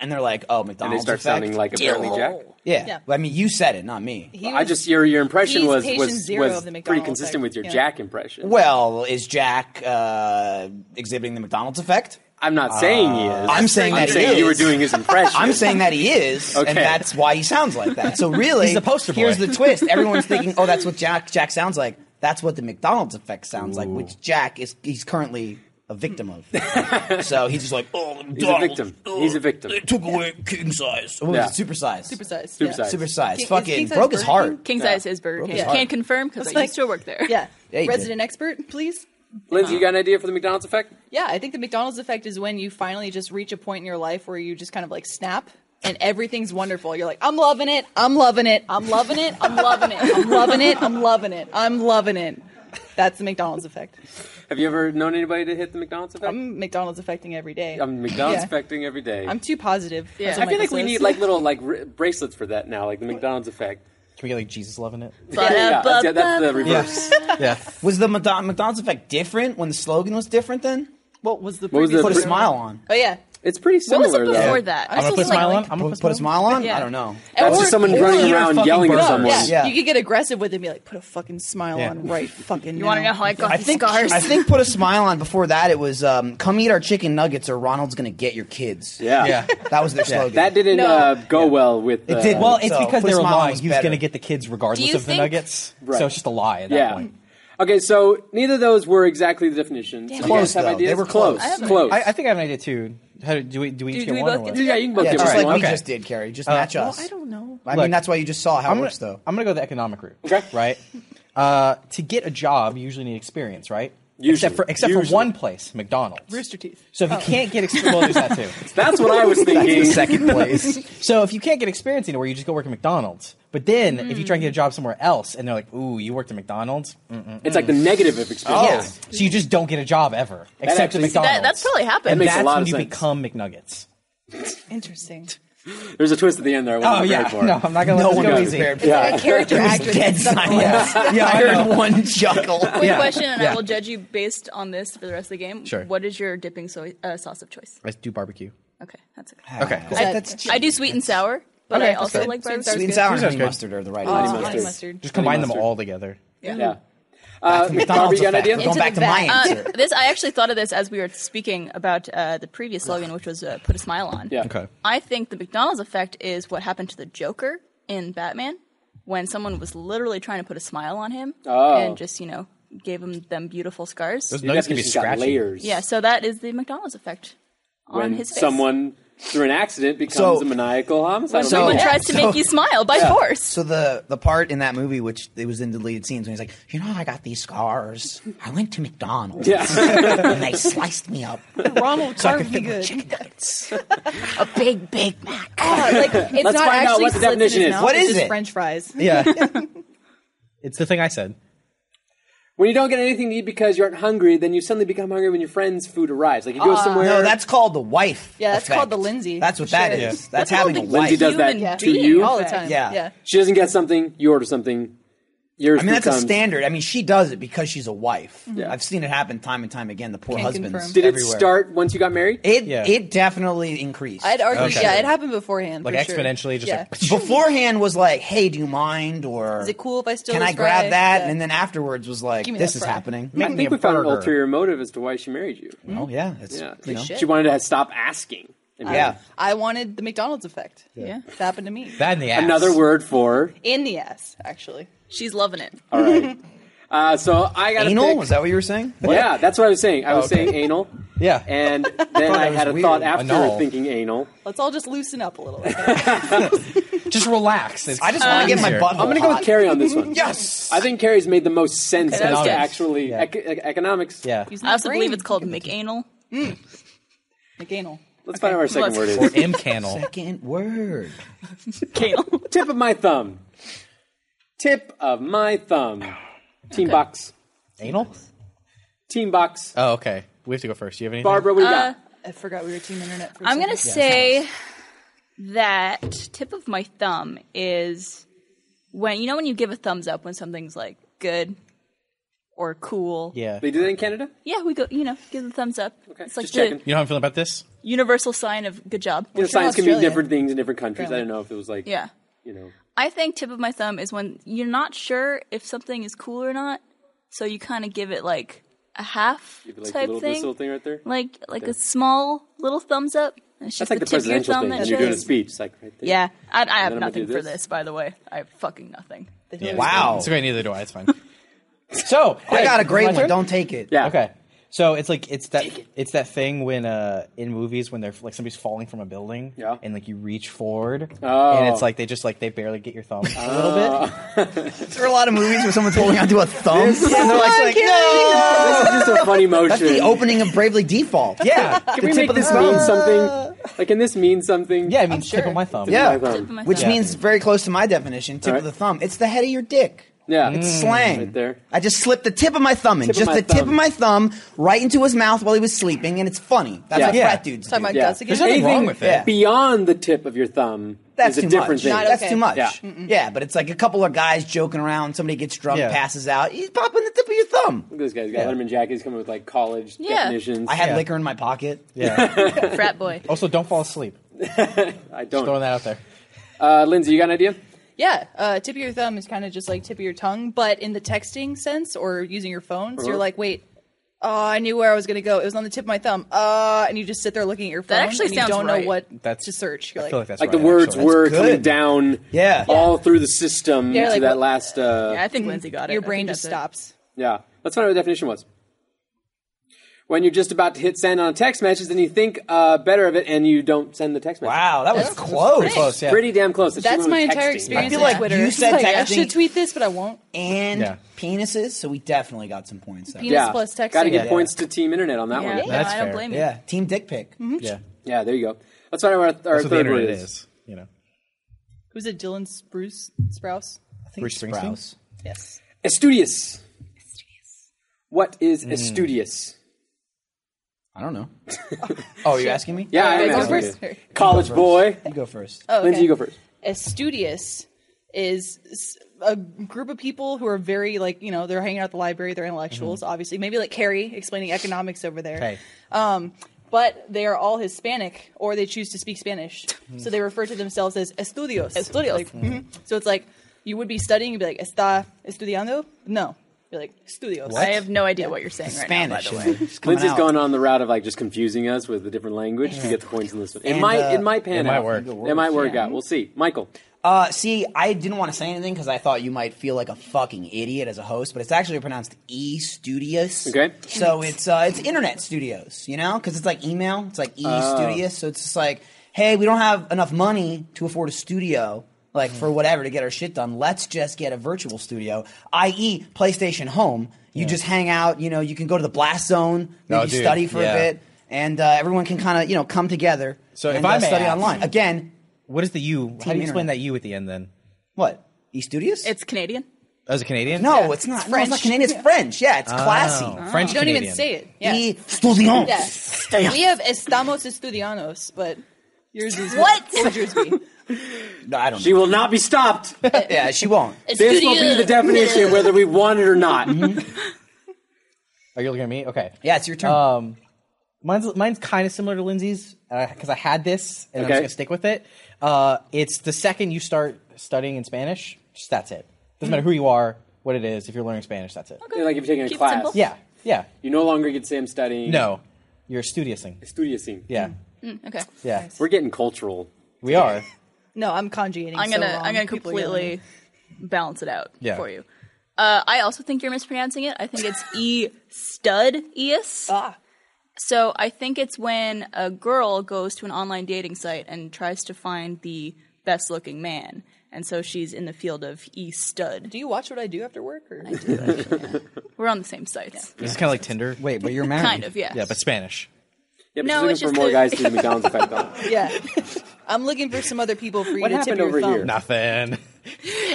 Speaker 2: and they're like, oh,
Speaker 1: And they
Speaker 2: McDonald's.
Speaker 1: start
Speaker 2: effect?
Speaker 1: sounding like a Barely Jack.
Speaker 2: yeah.
Speaker 3: Oh. Yeah.
Speaker 2: Well, I mean, you said it, not me.
Speaker 3: He
Speaker 1: I
Speaker 3: was-
Speaker 1: just your your impression
Speaker 3: he's
Speaker 1: was
Speaker 3: patient
Speaker 1: was,
Speaker 3: zero
Speaker 1: was
Speaker 3: of the
Speaker 1: pretty
Speaker 3: McDonald's
Speaker 1: consistent
Speaker 3: effect.
Speaker 1: with your
Speaker 3: Yeah.
Speaker 1: Jack impression.
Speaker 2: Well, is Jack uh, exhibiting the McDonald's effect?
Speaker 1: I'm not saying he is.
Speaker 2: Uh, I'm saying that he
Speaker 1: saying you were
Speaker 2: is.
Speaker 1: doing his impression.
Speaker 2: I'm saying that he is,
Speaker 1: Okay.
Speaker 2: and that's why he sounds like that. So really,
Speaker 4: He's the poster boy.
Speaker 2: here's the twist. Everyone's thinking, oh, that's what Jack Jack sounds like. That's what the McDonald's effect sounds like, which Jack is he's currently a victim of. so he's just like, oh,
Speaker 1: he's a
Speaker 2: McDonald's,
Speaker 1: victim. He's a victim.
Speaker 2: They took away king size. What was
Speaker 1: Yeah.
Speaker 2: it? Super size.
Speaker 3: super size.
Speaker 1: Super
Speaker 3: yeah.
Speaker 1: size.
Speaker 2: Super size.
Speaker 3: King- is
Speaker 2: Fucking
Speaker 3: king size
Speaker 2: broke his
Speaker 3: Burger
Speaker 2: heart.
Speaker 5: King size is Burger King.
Speaker 2: his
Speaker 5: Can't
Speaker 2: heart.
Speaker 5: confirm because I
Speaker 3: Like-
Speaker 5: used to work there.
Speaker 3: Yeah.
Speaker 2: Yeah, you did.
Speaker 3: Resident expert, please.
Speaker 1: Lindsay, you got an idea for the McDonald's effect?
Speaker 3: Yeah, I think the McDonald's effect is when you finally just reach a point in your life where you just kind of like snap and everything's wonderful. You're like, I'm loving it, I'm loving it, I'm loving it, I'm loving it, I'm loving it, I'm loving it, I'm loving it. That's the McDonald's effect.
Speaker 1: Have you ever known anybody to hit the McDonald's effect? I'm,
Speaker 3: I'm McDonald's affecting every day.
Speaker 1: McDonald's
Speaker 3: Yeah.
Speaker 1: effecting every day.
Speaker 3: I'm too positive.
Speaker 5: Yeah.
Speaker 3: That's
Speaker 1: I
Speaker 3: what
Speaker 1: feel like
Speaker 3: Michael
Speaker 1: we
Speaker 3: says.
Speaker 1: need like little like r- bracelets for that now, like the McDonald's effect.
Speaker 4: Can we get like Jesus loving it?
Speaker 5: uh,
Speaker 1: Yeah, that's, yeah, that's the reverse.
Speaker 4: yeah.
Speaker 2: Was the McDo- McDonald's effect different when the slogan was different? Then
Speaker 3: what was the
Speaker 1: What was the
Speaker 3: previous
Speaker 2: put a
Speaker 1: Different.
Speaker 2: smile on.
Speaker 3: Oh yeah.
Speaker 1: It's pretty
Speaker 5: What
Speaker 1: similar
Speaker 5: was it
Speaker 1: though.
Speaker 5: before that?
Speaker 4: I'm gonna put a smile on. I'm gonna
Speaker 2: Put, put a smile on.
Speaker 5: Yeah.
Speaker 2: I don't know.
Speaker 1: That's
Speaker 3: Or-
Speaker 1: just someone
Speaker 3: or-
Speaker 1: running
Speaker 4: you're
Speaker 1: around
Speaker 4: fucking
Speaker 1: yelling at
Speaker 4: broke.
Speaker 1: someone.
Speaker 3: Yeah.
Speaker 2: Yeah.
Speaker 3: you could get aggressive with it and be like, put a fucking smile
Speaker 4: Yeah.
Speaker 3: on right fucking
Speaker 5: You want to know how I got
Speaker 2: I
Speaker 5: these
Speaker 2: think
Speaker 5: scars?
Speaker 2: I think put a smile on before that. It was um, come eat our chicken nuggets or Ronald's gonna get your kids.
Speaker 1: Yeah.
Speaker 4: Yeah.
Speaker 2: that was their slogan.
Speaker 1: That didn't
Speaker 3: No.
Speaker 1: uh, go well with. Uh,
Speaker 2: It did.
Speaker 4: Well, it's
Speaker 2: So,
Speaker 4: because
Speaker 2: put a
Speaker 4: they were
Speaker 2: smile on
Speaker 4: lying.
Speaker 2: was
Speaker 4: He was
Speaker 2: better.
Speaker 4: going to get the kids regardless
Speaker 5: you
Speaker 4: of the
Speaker 5: think-
Speaker 4: nuggets.
Speaker 1: Right.
Speaker 4: So it's just a lie at
Speaker 1: yeah.
Speaker 4: that point.
Speaker 1: Okay, so neither of those were exactly the definitions. Do you
Speaker 2: Close,
Speaker 1: guys have
Speaker 2: though.
Speaker 1: ideas?
Speaker 2: They were
Speaker 1: close.
Speaker 2: close. I have
Speaker 5: an
Speaker 1: close.
Speaker 4: I, I think I have an idea too. How do, do we do we each
Speaker 5: Do-
Speaker 4: get
Speaker 5: do we
Speaker 4: one?
Speaker 5: both
Speaker 4: or
Speaker 5: get
Speaker 4: what?
Speaker 5: to
Speaker 1: yeah, you can both
Speaker 2: yeah,
Speaker 1: give
Speaker 2: just
Speaker 1: us
Speaker 2: like
Speaker 1: one.
Speaker 2: we
Speaker 4: Okay.
Speaker 2: just did, Carrie. Just match
Speaker 4: well,
Speaker 2: us.
Speaker 5: I don't know.
Speaker 2: I
Speaker 4: Look,
Speaker 2: mean, that's why you just saw how
Speaker 4: I'm
Speaker 2: it
Speaker 4: gonna,
Speaker 2: works, though.
Speaker 4: I'm gonna go the economic route.
Speaker 1: Okay.
Speaker 4: Right. Uh, to get a job, you usually need experience, right?
Speaker 1: Usually.
Speaker 4: Except for except
Speaker 1: Usually.
Speaker 4: for one place, McDonald's.
Speaker 3: Rooster Teeth.
Speaker 4: So if
Speaker 5: Oh.
Speaker 4: you can't get experience, well, there's that too.
Speaker 1: That's what I was thinking.
Speaker 2: second place.
Speaker 4: So if you can't get experience anywhere, you just go work at McDonald's. But then if you try and get a job somewhere else, and they're like, "Ooh, you worked at McDonald's," Mm-mm.
Speaker 1: It's like the negative of
Speaker 4: yeah.
Speaker 1: experience.
Speaker 4: So you just don't get a job ever, except at
Speaker 1: actually- See, that-
Speaker 4: McDonald's.
Speaker 5: That, that's probably
Speaker 4: And
Speaker 5: happened.
Speaker 1: makes a
Speaker 4: that's
Speaker 1: lot
Speaker 4: when
Speaker 1: of
Speaker 4: you
Speaker 1: sense.
Speaker 4: become McNuggets.
Speaker 3: Interesting.
Speaker 1: There's a twist at the end there. I wasn't
Speaker 4: Oh yeah,
Speaker 1: prepared for.
Speaker 4: no, I'm not gonna let
Speaker 2: No
Speaker 4: this
Speaker 2: one
Speaker 4: go
Speaker 2: was
Speaker 4: easy.
Speaker 2: prepared.
Speaker 1: Yeah.
Speaker 3: A character actress.
Speaker 2: Dead silence. yeah, I heard one chuckle.
Speaker 5: Quick
Speaker 4: Yeah.
Speaker 5: question, and
Speaker 4: Yeah.
Speaker 5: I will judge you based on this for the rest of the game.
Speaker 4: Sure.
Speaker 5: What is your dipping soy, uh, sauce of choice?
Speaker 4: Let's do barbecue.
Speaker 5: Okay, that's okay.
Speaker 4: Okay, cool.
Speaker 5: I,
Speaker 2: That's-
Speaker 5: I do sweet and sour, but
Speaker 4: Okay,
Speaker 5: I also
Speaker 4: that's good.
Speaker 5: like
Speaker 3: Sweet and
Speaker 5: barbecue.
Speaker 3: sour.
Speaker 2: Sweet and sour and
Speaker 4: Sounds
Speaker 2: honey
Speaker 4: good.
Speaker 2: mustard are the right
Speaker 3: Oh,
Speaker 2: ones.
Speaker 3: honey
Speaker 1: mustard.
Speaker 3: mustard.
Speaker 4: Just combine them
Speaker 1: mustard.
Speaker 4: all together.
Speaker 1: Yeah. Uh, Barbie, you got an
Speaker 2: effect.
Speaker 1: idea?
Speaker 2: Going back
Speaker 3: Into
Speaker 2: to
Speaker 3: the
Speaker 2: my
Speaker 5: Uh,
Speaker 2: answer.
Speaker 5: this I actually thought of this as we were speaking about uh, the previous slogan, which was uh, "Put a smile on."
Speaker 1: Yeah.
Speaker 4: Okay.
Speaker 5: I think the McDonald's effect is what happened to the Joker in Batman when someone was literally trying to put a smile on him
Speaker 1: Oh.
Speaker 5: and just you know gave him them beautiful scars.
Speaker 4: Those
Speaker 1: Your
Speaker 4: nuggets can be
Speaker 1: definition's got
Speaker 4: scratchy.
Speaker 1: layers.
Speaker 5: yeah, so that is the McDonald's effect on
Speaker 1: When
Speaker 5: his face.
Speaker 1: someone through an accident becomes
Speaker 2: So-
Speaker 1: a maniacal homicide.
Speaker 2: So-
Speaker 5: someone
Speaker 1: killer.
Speaker 2: Yeah.
Speaker 5: tries to make
Speaker 2: So-
Speaker 5: you smile by force.
Speaker 2: So the the part in that movie, which it was in deleted scenes, when he's like, you know, I got these scars. I went to McDonald's and they sliced me up.
Speaker 3: Ronald
Speaker 2: So I
Speaker 3: Carvey
Speaker 2: could fit my
Speaker 3: good.
Speaker 2: chicken nuggets.
Speaker 5: a big Big Mac.
Speaker 3: Ah, like, it's
Speaker 1: Let's
Speaker 3: not
Speaker 1: find out
Speaker 3: actually
Speaker 1: what the
Speaker 3: slits in
Speaker 1: definition
Speaker 3: his
Speaker 1: is.
Speaker 3: mouth,
Speaker 2: What
Speaker 3: it's
Speaker 2: is
Speaker 3: just
Speaker 2: it?
Speaker 3: French fries.
Speaker 4: Yeah. it's the thing I said.
Speaker 1: when you don't get anything to eat because you aren't hungry, then you suddenly become hungry when your friend's food arrives. Like you
Speaker 5: Ah.
Speaker 1: go somewhere.
Speaker 2: No, that's called the wife.
Speaker 3: Yeah, that's
Speaker 2: effect.
Speaker 3: called the Lindsay.
Speaker 2: That's what that is.
Speaker 3: Sure.
Speaker 2: That's, having a
Speaker 5: called the
Speaker 2: wife.
Speaker 1: Lindsay does that
Speaker 5: Human
Speaker 1: to
Speaker 5: being.
Speaker 1: you.
Speaker 3: all the time.
Speaker 2: Yeah.
Speaker 3: yeah.
Speaker 1: She doesn't get something. You order something. Yours.
Speaker 2: I mean, that's a
Speaker 1: becomes,
Speaker 2: standard. I mean, she does it because she's a wife.
Speaker 1: Yeah.
Speaker 2: I've seen it happen time and time again. The poor
Speaker 3: Can
Speaker 2: husbands.
Speaker 3: confirm.
Speaker 1: Did it
Speaker 2: everywhere.
Speaker 1: start once you got married?
Speaker 2: It
Speaker 4: Yeah.
Speaker 2: it definitely increased.
Speaker 3: I'd argue,
Speaker 4: Okay.
Speaker 3: yeah, it happened beforehand.
Speaker 4: Like
Speaker 3: for sure.
Speaker 4: exponentially, just
Speaker 3: Yeah.
Speaker 4: like
Speaker 2: Beforehand was like, hey, do you mind? Or
Speaker 3: Is it cool if I steal
Speaker 2: Can
Speaker 3: this
Speaker 2: I grab
Speaker 3: fry?
Speaker 2: that?
Speaker 3: Yeah.
Speaker 2: And then afterwards was like,
Speaker 3: Give me
Speaker 2: this
Speaker 3: that
Speaker 2: is
Speaker 3: fry.
Speaker 2: happening.
Speaker 4: Make
Speaker 1: I
Speaker 4: me
Speaker 1: think
Speaker 4: a
Speaker 1: we found an
Speaker 4: burger.
Speaker 1: ulterior motive as to why she married you.
Speaker 2: Oh yeah, it's
Speaker 1: Yeah.
Speaker 2: you know.
Speaker 1: She wanted to stop asking. And
Speaker 2: Yeah.
Speaker 3: I wanted the McDonald's effect.
Speaker 5: Yeah.
Speaker 3: It happened to me.
Speaker 4: that in the ass.
Speaker 1: Another word for.
Speaker 3: In the ass, actually.
Speaker 5: She's loving it.
Speaker 1: All right. Uh, so I got
Speaker 2: Anal? Was that what you were saying?
Speaker 1: Yeah, that's what I was saying. I was
Speaker 2: okay.
Speaker 1: saying anal.
Speaker 4: Yeah.
Speaker 1: And then I,
Speaker 2: it was
Speaker 1: had a
Speaker 2: weird.
Speaker 1: thought after
Speaker 4: Anal.
Speaker 1: thinking anal.
Speaker 3: Let's all just loosen up a little.
Speaker 4: just relax. It's
Speaker 2: I just want to get my
Speaker 4: easier.
Speaker 2: butt.
Speaker 1: I'm going to go with Carrie on this one.
Speaker 2: Yes.
Speaker 1: I think Carrie's made the most sense
Speaker 5: Okay,
Speaker 1: as
Speaker 5: that's
Speaker 1: to
Speaker 5: good.
Speaker 1: actually
Speaker 4: Yeah.
Speaker 1: ec- e- economics.
Speaker 4: Yeah.
Speaker 3: Use my
Speaker 5: I also
Speaker 3: brain.
Speaker 5: believe it's called McAnal.
Speaker 3: McAnal.
Speaker 1: Let's find out what our second
Speaker 5: Let's-
Speaker 1: word is.
Speaker 4: M cannel.
Speaker 2: Second word.
Speaker 5: Canal.
Speaker 1: Tip of my thumb. Tip of my thumb. Team box.
Speaker 4: Anal.
Speaker 1: Team box.
Speaker 4: Oh, okay. We have to go first. Do you have anything?
Speaker 5: Uh,
Speaker 1: Barbara, what do you got?
Speaker 3: I forgot we were team internet. For a
Speaker 5: I'm gonna
Speaker 3: second.
Speaker 5: say that tip of my thumb is when you know when you give a thumbs up when something's like good or cool.
Speaker 4: Yeah.
Speaker 1: They do that in Canada?
Speaker 5: Yeah, we go. You know, give the thumbs up.
Speaker 1: Okay,
Speaker 5: It's like
Speaker 1: just
Speaker 5: the
Speaker 1: checking.
Speaker 4: You know how I'm feeling about this?
Speaker 5: universal sign of good job.
Speaker 1: You know, science can be
Speaker 3: Australia.
Speaker 1: different things in different countries. I don't know if it was like,
Speaker 5: Yeah.
Speaker 1: you know.
Speaker 5: I think tip of my thumb is when you're not sure if something is cool or not, so you kind of give it like a half
Speaker 1: Give it, like,
Speaker 5: type
Speaker 1: little,
Speaker 5: thing,
Speaker 1: This little thing right there.
Speaker 5: like like
Speaker 1: Okay.
Speaker 5: a small little thumbs up. and It's
Speaker 1: That's
Speaker 5: just
Speaker 1: like the,
Speaker 5: the, tip of your
Speaker 1: presidential
Speaker 5: thumb
Speaker 1: thing.
Speaker 5: that
Speaker 1: When you're doing a
Speaker 5: shows.
Speaker 1: speech, it's like right there.
Speaker 5: Yeah, I, I have
Speaker 1: I'm gonna
Speaker 5: nothing
Speaker 1: do
Speaker 5: for
Speaker 1: this.
Speaker 5: this, by the way. I have fucking nothing.
Speaker 4: Yeah.
Speaker 2: Wow.
Speaker 4: It's okay. Neither do I. It's fine. so
Speaker 2: I got a
Speaker 4: my
Speaker 2: great one.
Speaker 4: turn?
Speaker 2: Don't take it.
Speaker 1: Yeah.
Speaker 4: Okay. So it's like it's that it's that thing when uh in movies when they're like somebody's falling from a building
Speaker 1: Yeah.
Speaker 4: and like you reach forward
Speaker 1: Oh. Uh,
Speaker 4: and it's like they just like they barely get your thumb a little bit.
Speaker 2: There are a lot of movies where someone's holding onto a thumb. and they're like, like, no.
Speaker 1: This is just a funny motion.
Speaker 2: That's the opening of Bravely Default.
Speaker 4: Yeah.
Speaker 1: Can we make this mean something? Like, can this mean something? um,
Speaker 4: Yeah, I mean tip of my thumb.
Speaker 2: Yeah.
Speaker 1: My thumb.
Speaker 5: Tip of my
Speaker 2: Which
Speaker 5: thumb.
Speaker 2: means very close to my definition, tip
Speaker 1: Alright.
Speaker 2: of the thumb. It's the head of your dick.
Speaker 1: Yeah.
Speaker 2: It's slang.
Speaker 1: Mm, Right there.
Speaker 2: I just slipped the tip of my thumb in,
Speaker 1: Tip of
Speaker 2: just
Speaker 1: my
Speaker 2: the tip of
Speaker 1: thumb.
Speaker 2: my thumb, right into his mouth while he was sleeping, and it's funny. That's
Speaker 1: Yeah.
Speaker 2: what
Speaker 4: Yeah.
Speaker 2: frat dudes do.
Speaker 3: Talking about
Speaker 1: Yeah.
Speaker 3: guts again.
Speaker 4: There's nothing wrong with it.
Speaker 2: Yeah.
Speaker 1: Beyond the tip of your thumb
Speaker 2: That's
Speaker 1: is
Speaker 2: too
Speaker 1: a different
Speaker 2: much.
Speaker 1: thing.
Speaker 3: Not
Speaker 2: That's
Speaker 3: okay.
Speaker 2: too much.
Speaker 1: Yeah.
Speaker 2: Yeah. but it's like a couple of guys joking around. Somebody gets drunk,
Speaker 4: Yeah.
Speaker 2: passes out. He's popping the tip of your thumb.
Speaker 1: Look at this guy's got
Speaker 4: Yeah.
Speaker 1: Letterman jackets coming with like college
Speaker 5: Yeah.
Speaker 1: definitions.
Speaker 2: I had
Speaker 4: Yeah.
Speaker 2: liquor in my pocket.
Speaker 4: Yeah.
Speaker 5: frat boy.
Speaker 4: also, don't fall asleep.
Speaker 1: I
Speaker 4: Throwing
Speaker 1: don't.
Speaker 4: that out there.
Speaker 1: Uh, Lindsay, you got an idea?
Speaker 3: Yeah, uh, tip of your thumb is kind of just like tip of your tongue, but in the texting sense or using your phone. So you're
Speaker 1: Uh-huh.
Speaker 3: like, wait, oh, I knew where I was going to go. It was on the tip of my thumb. Uh, and you just sit there looking at your phone.
Speaker 5: That actually
Speaker 3: and
Speaker 5: sounds
Speaker 3: you don't
Speaker 5: right.
Speaker 3: know what
Speaker 4: That's-
Speaker 3: to search. You're
Speaker 4: I feel like that's
Speaker 1: Like
Speaker 4: right,
Speaker 1: the words
Speaker 4: actually.
Speaker 1: were
Speaker 2: That's
Speaker 1: coming
Speaker 2: good.
Speaker 1: down
Speaker 2: Yeah.
Speaker 1: all through the system
Speaker 3: Yeah,
Speaker 1: to
Speaker 3: like
Speaker 1: that
Speaker 3: what-
Speaker 1: last. Uh,
Speaker 5: Yeah, I think Lindsay got it.
Speaker 3: your
Speaker 5: I
Speaker 3: brain
Speaker 5: think
Speaker 3: just
Speaker 5: that's it.
Speaker 3: stops.
Speaker 1: Yeah, that's not what the definition was. When you're just about to hit send on a text message, then you think uh, better of it and you don't send the text message.
Speaker 2: Wow, that was close.
Speaker 4: Pretty close. Yeah.
Speaker 1: Pretty damn close. It's
Speaker 3: That's
Speaker 1: just
Speaker 3: my
Speaker 1: texting.
Speaker 3: entire experience
Speaker 2: I feel
Speaker 3: with
Speaker 2: like
Speaker 3: Twitter.
Speaker 2: you
Speaker 3: It's
Speaker 2: said
Speaker 3: like, I
Speaker 2: texting-
Speaker 3: should tweet this, but I won't.
Speaker 2: And
Speaker 4: Yeah.
Speaker 2: penises, so we definitely got some points there.
Speaker 3: Penis plus texting.
Speaker 1: Gotta get
Speaker 2: Yeah.
Speaker 1: points to Team Internet on that
Speaker 5: Yeah,
Speaker 1: one.
Speaker 5: no,
Speaker 4: That's
Speaker 5: I don't
Speaker 4: fair.
Speaker 5: blame you.
Speaker 2: Yeah, team dick pic.
Speaker 3: Mm-hmm.
Speaker 4: Yeah.
Speaker 1: Yeah, there you go. That's what our, our
Speaker 4: That's what the
Speaker 1: third word
Speaker 4: internet
Speaker 1: is.
Speaker 4: is. You know.
Speaker 3: Who's it? Dylan Spruce? Sprouse?
Speaker 2: I think
Speaker 4: Bruce
Speaker 2: it's
Speaker 4: Springsteen?
Speaker 2: Sprouse.
Speaker 3: Yes.
Speaker 1: Estudious. What is estudious?
Speaker 2: I don't know. oh, you're asking me?
Speaker 1: Yeah, I
Speaker 3: Okay,
Speaker 1: am
Speaker 3: go
Speaker 1: asking
Speaker 3: first.
Speaker 1: you. College boy.
Speaker 2: You go first.
Speaker 3: Oh, okay.
Speaker 1: Lindsay, you go first.
Speaker 3: Estudious is s- a group of people who are very like you know they're hanging out at the library they're intellectuals obviously maybe like carrie explaining economics over there
Speaker 4: Hey.
Speaker 3: um, but they are all hispanic or they choose to speak spanish so they refer to themselves as estudios estudios like, mhm. so it's like you would be studying you'd be like está estudiando no you're like estudios
Speaker 5: I have no idea what you're saying right
Speaker 2: Spanish.
Speaker 5: now. By the way.
Speaker 2: is- is coming
Speaker 1: Lindsay's
Speaker 2: out.
Speaker 1: gone on the route of like just confusing us with the different language to get the points in this one. It
Speaker 2: And,
Speaker 1: might,
Speaker 2: uh,
Speaker 1: it might pan
Speaker 4: it might
Speaker 1: out.
Speaker 4: work.
Speaker 1: It might work out. We'll see. Michael.
Speaker 2: Uh, see, I didn't want to say anything because I thought you might feel like a fucking idiot as a host, but it's actually pronounced E Studios.
Speaker 1: Okay.
Speaker 2: So it's uh, it's internet studios, you know, because it's like email. It's like E Studios. So it's just like, hey, we don't have enough money to afford a studio, like for
Speaker 4: Hmm.
Speaker 2: whatever to get our shit done. Let's just get a virtual studio, i.e., PlayStation Home. You just hang out. You know, you can go to the blast zone, maybe
Speaker 4: Oh, dude,
Speaker 2: study for
Speaker 4: yeah.
Speaker 2: a bit, and uh, everyone can kind of you know come together.
Speaker 4: So if
Speaker 2: and,
Speaker 4: I
Speaker 2: uh,
Speaker 4: may
Speaker 2: study
Speaker 4: ask-
Speaker 2: online again,
Speaker 4: What is the U? How do you
Speaker 2: internet.
Speaker 4: explain that U at the end then?
Speaker 2: what E Studios?
Speaker 5: It's Canadian.
Speaker 4: As a Canadian?
Speaker 2: No, it's not. No, it's not
Speaker 3: French.
Speaker 2: Canadian. It's French. Yeah, it's classy.
Speaker 4: Oh, French.
Speaker 3: you don't even
Speaker 4: Canadian.
Speaker 3: say it yeah.
Speaker 2: E studions.
Speaker 3: Yeah.
Speaker 2: Stay
Speaker 3: we have estamos estudianos but yours is
Speaker 5: What?
Speaker 3: what would yours be
Speaker 2: No, I don't.
Speaker 1: She will not be stopped.
Speaker 2: know. yeah, she won't.
Speaker 1: This will be the definition whether we want it or not.
Speaker 4: Are you looking at me? Okay.
Speaker 2: Yeah, it's your turn.
Speaker 4: Um, mine's mine's kind of similar to Lindsay's because I had this and I'm
Speaker 1: Okay.
Speaker 4: just gonna stick with it. Uh, it's the second you start studying in Spanish, just that's it. Doesn't matter who you are, what it is. If you're learning Spanish, that's it.
Speaker 1: Like if you're taking a
Speaker 5: Keep it
Speaker 1: class.
Speaker 5: simple.
Speaker 4: Yeah, yeah.
Speaker 1: You no longer get to say I'm studying.
Speaker 4: No, you're studiousing.
Speaker 1: Studiousing.
Speaker 4: Yeah,
Speaker 5: Okay.
Speaker 4: yeah.
Speaker 1: We're getting cultural.
Speaker 4: We are.
Speaker 3: no i'm conjugating
Speaker 5: I'm
Speaker 3: so
Speaker 5: gonna
Speaker 3: wrong.
Speaker 5: I'm gonna
Speaker 3: People are yelling at me.
Speaker 5: completely balance it out
Speaker 4: Yeah.
Speaker 5: for you. Uh, I also think you're mispronouncing it. I think it's e stud eus.
Speaker 3: Ah.
Speaker 5: So I think it's when a girl goes to an online dating site and tries to find the best looking man, and so she's in the field of e stud.
Speaker 3: Do you watch what I do after work? Or?
Speaker 5: We're on the same sites,
Speaker 4: This is kind of like Tinder.
Speaker 2: Wait, but you're married.
Speaker 5: kind of. Yeah.
Speaker 4: Yeah, but Spanish.
Speaker 1: Yeah, but
Speaker 5: No,
Speaker 1: she's
Speaker 5: it's
Speaker 1: looking
Speaker 5: just
Speaker 1: for more
Speaker 5: the-
Speaker 1: guys to do the McDonald's effect. though.
Speaker 3: yeah, I'm looking for some other people for you
Speaker 1: What
Speaker 3: to tip
Speaker 1: happened
Speaker 3: your
Speaker 1: over
Speaker 3: thumb.
Speaker 1: here?
Speaker 4: Nothing.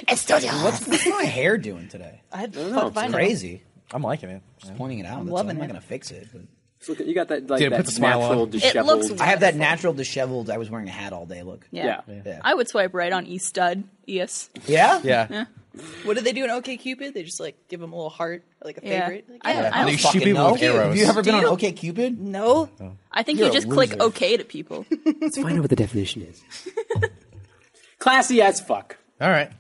Speaker 2: What's, what's my hair doing today?
Speaker 3: I had
Speaker 1: know,
Speaker 3: fuck
Speaker 1: it's
Speaker 3: fine.
Speaker 2: Crazy.
Speaker 4: I'm liking it.
Speaker 2: Just pointing it out. I'm
Speaker 3: loving
Speaker 2: I'm not
Speaker 3: it.
Speaker 2: gonna fix it. But
Speaker 1: Just look at- You got that like
Speaker 6: Yeah,
Speaker 1: that
Speaker 6: put the smile
Speaker 1: natural
Speaker 6: on. It
Speaker 5: looks
Speaker 1: disheveled.
Speaker 5: wet.
Speaker 2: I have that natural disheveled. I was wearing a hat all day. Look.
Speaker 5: Yeah.
Speaker 1: Yeah.
Speaker 2: Yeah.
Speaker 5: I would swipe right on E stud. Yes.
Speaker 2: Yeah.
Speaker 6: Yeah.
Speaker 3: What do they do in OK Cupid? They just like give them a little heart, like a
Speaker 5: Yeah.
Speaker 3: favorite. Like,
Speaker 5: I,
Speaker 3: yeah.
Speaker 5: I,
Speaker 6: They
Speaker 5: don't,
Speaker 6: shoot
Speaker 2: Fucking
Speaker 6: people
Speaker 2: no.
Speaker 6: with
Speaker 2: Have you
Speaker 6: arrows.
Speaker 2: ever been on
Speaker 5: Dude.
Speaker 2: OK Cupid?
Speaker 3: no,
Speaker 5: I think you
Speaker 6: You're a
Speaker 5: just click
Speaker 6: loser.
Speaker 5: OK to people.
Speaker 7: Let's find out what the definition is.
Speaker 1: Classy as fuck.
Speaker 6: All right.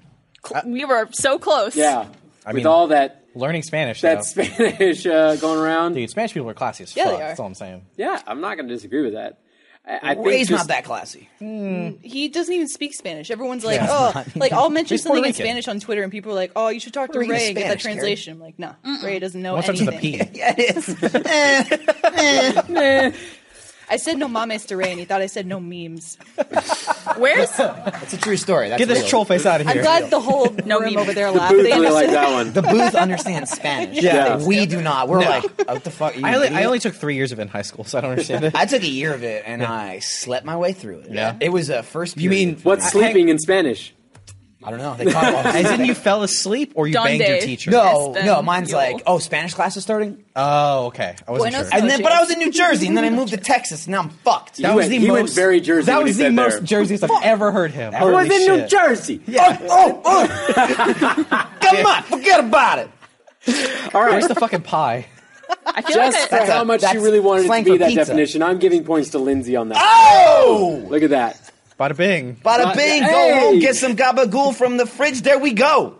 Speaker 5: we were so close.
Speaker 1: Yeah.
Speaker 4: I
Speaker 1: With
Speaker 4: mean-
Speaker 1: all that
Speaker 4: Learning Spanish,
Speaker 1: that
Speaker 4: though.
Speaker 1: Spanish uh, going around.
Speaker 4: Dude, Spanish people are classy as
Speaker 3: Yeah, they
Speaker 4: fuck.
Speaker 3: are.
Speaker 4: That's all I'm saying.
Speaker 1: Yeah, I'm not going to disagree with that. I, I think
Speaker 2: Ray's
Speaker 1: just,
Speaker 2: not that classy.
Speaker 3: he doesn't even speak Spanish. Everyone's like,
Speaker 4: Yeah.
Speaker 3: oh, like I'll mention
Speaker 4: He's
Speaker 3: something
Speaker 4: Puerto
Speaker 3: in
Speaker 4: Rican.
Speaker 3: Spanish on Twitter, and people are like, oh, you should talk
Speaker 2: Puerto
Speaker 3: to Ray
Speaker 2: Rican
Speaker 3: and get that
Speaker 2: Spanish, Carrie.
Speaker 3: translation. I'm like, nah, Ray doesn't know
Speaker 4: What starts with a
Speaker 3: anything.
Speaker 4: P?
Speaker 2: Yeah, it is.
Speaker 3: I said no mames to Ray, and he thought I said no memes.
Speaker 5: Where's
Speaker 2: It's a true story. That's
Speaker 4: Get this
Speaker 2: real.
Speaker 4: troll face out of
Speaker 3: I'm
Speaker 4: here.
Speaker 3: glad the whole
Speaker 5: No
Speaker 3: room
Speaker 5: memes.
Speaker 3: over there
Speaker 1: Booth
Speaker 3: laughed. They
Speaker 1: really like
Speaker 3: understood.
Speaker 1: that one.
Speaker 2: The booth understands Spanish.
Speaker 1: Yeah.
Speaker 2: We do not. We're like, what the fuck? Are you
Speaker 4: I, only,
Speaker 2: kidding me?"
Speaker 4: I only took three years of it in high school, so I don't understand it.
Speaker 2: I took a year of it and I slept my way through it.
Speaker 4: Yeah.
Speaker 2: It was a first.
Speaker 4: You
Speaker 2: period
Speaker 4: mean-
Speaker 2: for
Speaker 1: What's
Speaker 2: me.
Speaker 1: sleeping in Spanish?
Speaker 2: I don't know. They caught it
Speaker 4: As
Speaker 2: off.
Speaker 4: in you fell asleep or you
Speaker 5: Donde.
Speaker 4: banged your teacher?
Speaker 2: No,
Speaker 5: Yes,
Speaker 2: no.
Speaker 5: then
Speaker 2: Mine's
Speaker 5: you'll-
Speaker 2: like, oh, Spanish class is starting,
Speaker 4: Oh, okay. I wasn't
Speaker 5: Buenos
Speaker 4: sure.
Speaker 2: and then but
Speaker 5: geez.
Speaker 2: I was in New Jersey, and then I moved to Texas, and now I'm fucked.
Speaker 1: That was went- the he went most- very Jersey
Speaker 4: That
Speaker 1: when he
Speaker 4: was the
Speaker 1: said
Speaker 4: most
Speaker 1: there.
Speaker 4: Jerseys I've ever heard him.
Speaker 1: I was
Speaker 4: Holy
Speaker 1: in New
Speaker 4: shit.
Speaker 1: Jersey.
Speaker 2: Oh, oh, oh. Come on, forget about it.
Speaker 1: All right.
Speaker 4: Where's the fucking pie?
Speaker 5: I feel
Speaker 1: Just for
Speaker 5: like I,
Speaker 2: That's a-
Speaker 1: how much you
Speaker 2: that's
Speaker 1: really wanted it to
Speaker 2: slang
Speaker 1: be
Speaker 2: for
Speaker 1: that
Speaker 2: pizza. Ah!
Speaker 1: definition, I'm giving points to Lindsay on that.
Speaker 2: Oh,
Speaker 1: Look at that.
Speaker 4: Bada bing.
Speaker 2: bada bing.
Speaker 1: Hey.
Speaker 2: Go home, get some gabagool from the fridge. There we go.